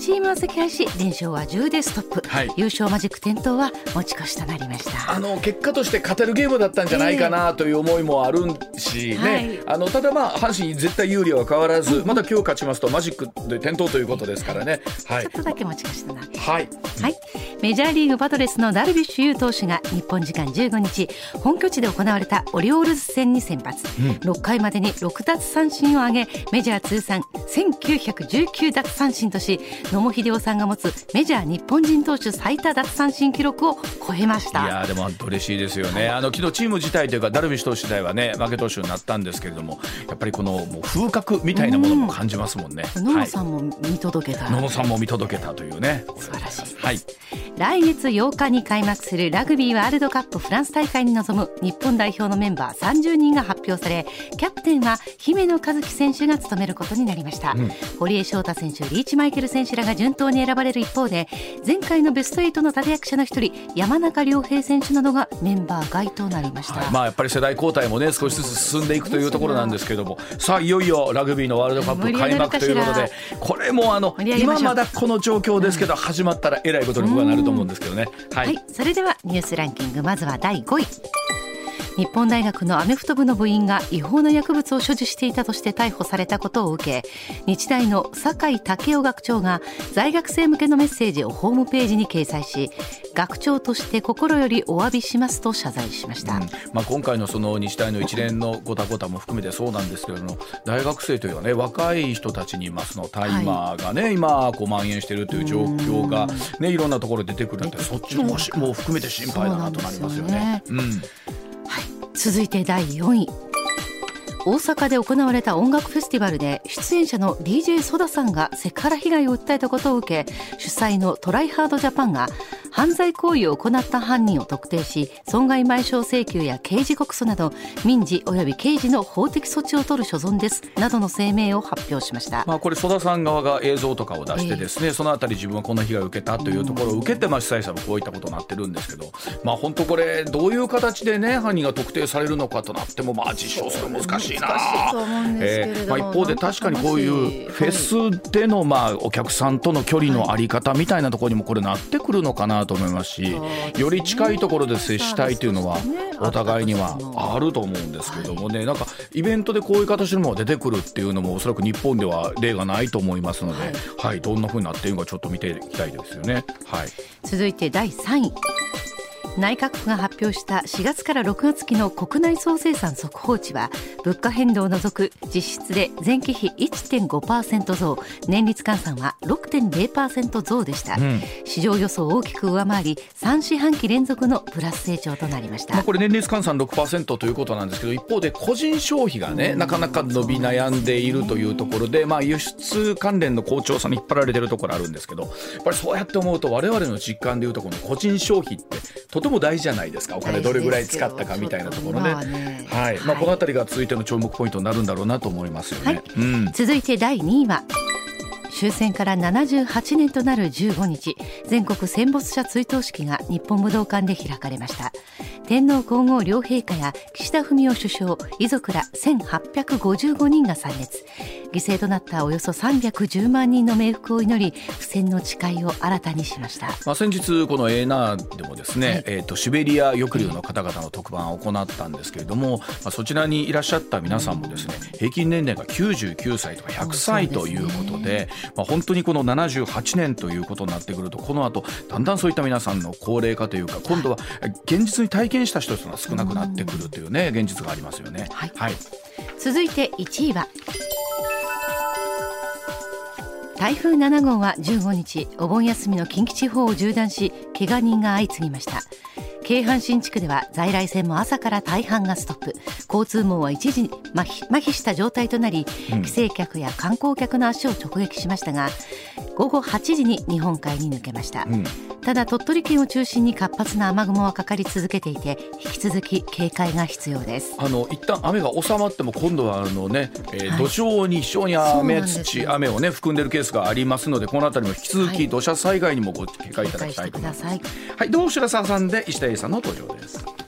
[SPEAKER 1] チームは惜敗し連勝は10でストップ、
[SPEAKER 2] はい
[SPEAKER 1] 優勝マジック点灯は持ち越しとなりました
[SPEAKER 2] あの結果として勝てるゲームだったんじゃないかなという思いもあるし、ね
[SPEAKER 1] はい
[SPEAKER 2] あのただまあ阪神絶対有利は変わらずまた今日勝ちますとマジックで点灯ということですからねは
[SPEAKER 1] ち
[SPEAKER 2] い
[SPEAKER 1] ょっとだけ持ち越しとなって
[SPEAKER 2] はい
[SPEAKER 1] はい、メジャーリーグパドレスのダルビッシュ有投手が日本時間15日本拠地で行われたオリオールズ戦に先発、6回までに6奪三振を挙げメジャー通算1919奪三振とし野茂英雄さんが持つメジャー日本人投手最多奪三振記録を超えまし
[SPEAKER 2] いや
[SPEAKER 1] た
[SPEAKER 2] ーでも嬉しいですよね、あの昨日チーム自体というか、ダルビッシュ投手自体はね、負け投手になったんですけれども、やっぱりこのもう風格みたいなものも感じますもんね。
[SPEAKER 1] 野
[SPEAKER 2] は
[SPEAKER 1] 茂
[SPEAKER 2] い
[SPEAKER 1] さんも見届けた、
[SPEAKER 2] 野茂さんも見届けたというね、素
[SPEAKER 1] 晴らしい
[SPEAKER 2] はい、
[SPEAKER 1] 来月8日に開幕するラグビーワールドカップフランス大会に臨む日本代表のメンバー30人が発表されキャプテンは姫野和樹選手が務めることになりました、堀江翔太選手リーチマイケル選手らが順当に選ばれる一方で前回のベスト8の立役者の一人山中亮平選手などがメンバー外となりました、
[SPEAKER 2] はいまあ、やっぱり世代交代もね、少しずつ進んでいくというところなんですけれども、さあ、いよいよラグビーのワールドカップ開幕という
[SPEAKER 1] 盛り
[SPEAKER 2] こと
[SPEAKER 1] 上が
[SPEAKER 2] で
[SPEAKER 1] る、
[SPEAKER 2] これもあの
[SPEAKER 1] 盛り上げまし
[SPEAKER 2] 今
[SPEAKER 1] ょう
[SPEAKER 2] まだこの状況ですけど、始まったらえらいことに僕はなると思うんですけどね。は
[SPEAKER 1] はいい、それではニュースランキングまずは第5位日本大学のアメフト部の部員が違法な薬物を所持していたとして逮捕されたことを受け日大の酒井武雄学長が在学生向けのメッセージをホームページに掲載し学長として心よりお詫びしますと謝罪しました、
[SPEAKER 2] まあ、今回のその日大の一連のごたごたも含めてそうなんですけれども大学生というのは、ね、若い人たちに今そのタイマーが、ね今こう蔓延しているという状況が、ね、いろんなところで出てくるなんてそっちももしも含めて心配だなとなりますよね。うん
[SPEAKER 1] 続いて第4位大阪で行われた音楽フェスティバルで出演者の d j ソダさんがセクハラ被害を訴えたことを受け主催のトライハードジャパンが犯罪行為を行った犯人を特定し損害賠償請求や刑事告訴など民事及び刑事の法的措置を取る所存ですなどの声明を発表しました。
[SPEAKER 2] まあ、これ、曽田さん側が映像とかを出して、ですね、そのあたり自分はこんな被害を受けたというところを受けて、まあ、主催者もこういったことになってるんですけど、まあ、本当これ、どういう形でね、犯人が特定されるのかとなっても、まあ、実証するの難しいな。
[SPEAKER 4] 難しいと思うんですけれども
[SPEAKER 2] まあ、一方で確かにこういうフェスでの、まあ、お客さんとの距離のあり方みたいなところにもこれなってくるのかなと思いますし、より近いところで接したいというのは、お互いにはあると思うんですけどもね、なんかイベントでこういう形のものが出てくるっていうのも、おそらく日本では例がないと思いますので、はい、どんなふうになっているのか、ちょっと見ていきたいですよね。はい、
[SPEAKER 1] 続いて第3位内閣府が発表した4月から6月期の国内総生産速報値は物価変動を除く実質で前期比1.5%増年率換算は6.0%増でした、市場予想を大きく上回り3四半期連続のプラス成長となりまし
[SPEAKER 2] まあ、
[SPEAKER 1] た
[SPEAKER 2] これ年率換算6%ということなんですけど一方で個人消費がねなかなか伸び悩んでいるというところで、まあ、輸出関連の好調さに引っ張られてるところあるんですけどやっぱりそうやって思うと我々の実感でいうとこの個人消費ってとても大事じゃないですかお金どれぐらい使ったかみたいなところね
[SPEAKER 4] 大事ですよちょっと今はね
[SPEAKER 2] はいまあ、この辺りが続いての注目ポイントになるんだろうなと思いますよね。
[SPEAKER 1] はい
[SPEAKER 2] うん
[SPEAKER 1] 続いて第2位は終戦から78年となる15日全国戦没者追悼式が日本武道館で開かれました天皇皇后両陛下や岸田文雄首相遺族ら1855人が参列犠牲となったおよそ310万人の冥福を祈り不戦の誓いを新たにしました
[SPEAKER 2] まあ、先日、このエーナーでもですね、えー、とシベリア抑留の方々の特番を行ったんですけれども、まあ、そちらにいらっしゃった皆さんもですね平均年齢が99歳とか100歳ということでまあ、本当にこの78年ということになってくるとこの後だんだんそういった皆さんの高齢化というか今度は現実に体験した人が少なくなってくるというね現実がありますよね。
[SPEAKER 1] はい
[SPEAKER 2] はい
[SPEAKER 1] 続いて1位は台風7号は15日お盆休みの近畿地方を縦断し怪我人が相次ぎました京阪神地区では在来線も朝から大半がストップ交通網は一時麻痺麻痺した状態となり帰省客や観光客の足を直撃しましたが午後8時に日本海に抜けました、ただ鳥取県を中心に活発な雨雲はかかり続けていて引き続き警戒が必要です
[SPEAKER 2] あの一旦雨が収まっても今度はあの、ねえー土壌に非常に
[SPEAKER 1] そうな
[SPEAKER 2] 雨、
[SPEAKER 1] んですよ
[SPEAKER 2] 土雨を、ね、含んでいるケースがありますのでこの辺りも引き続
[SPEAKER 1] は
[SPEAKER 2] き
[SPEAKER 1] い
[SPEAKER 2] 土砂災害にもご警戒いただ
[SPEAKER 1] 警戒
[SPEAKER 2] き
[SPEAKER 1] した
[SPEAKER 2] い
[SPEAKER 1] てく
[SPEAKER 2] と思い
[SPEAKER 1] だ
[SPEAKER 2] ます。
[SPEAKER 1] さい
[SPEAKER 2] はい、どうも白澤さんで石田英さんの登場です。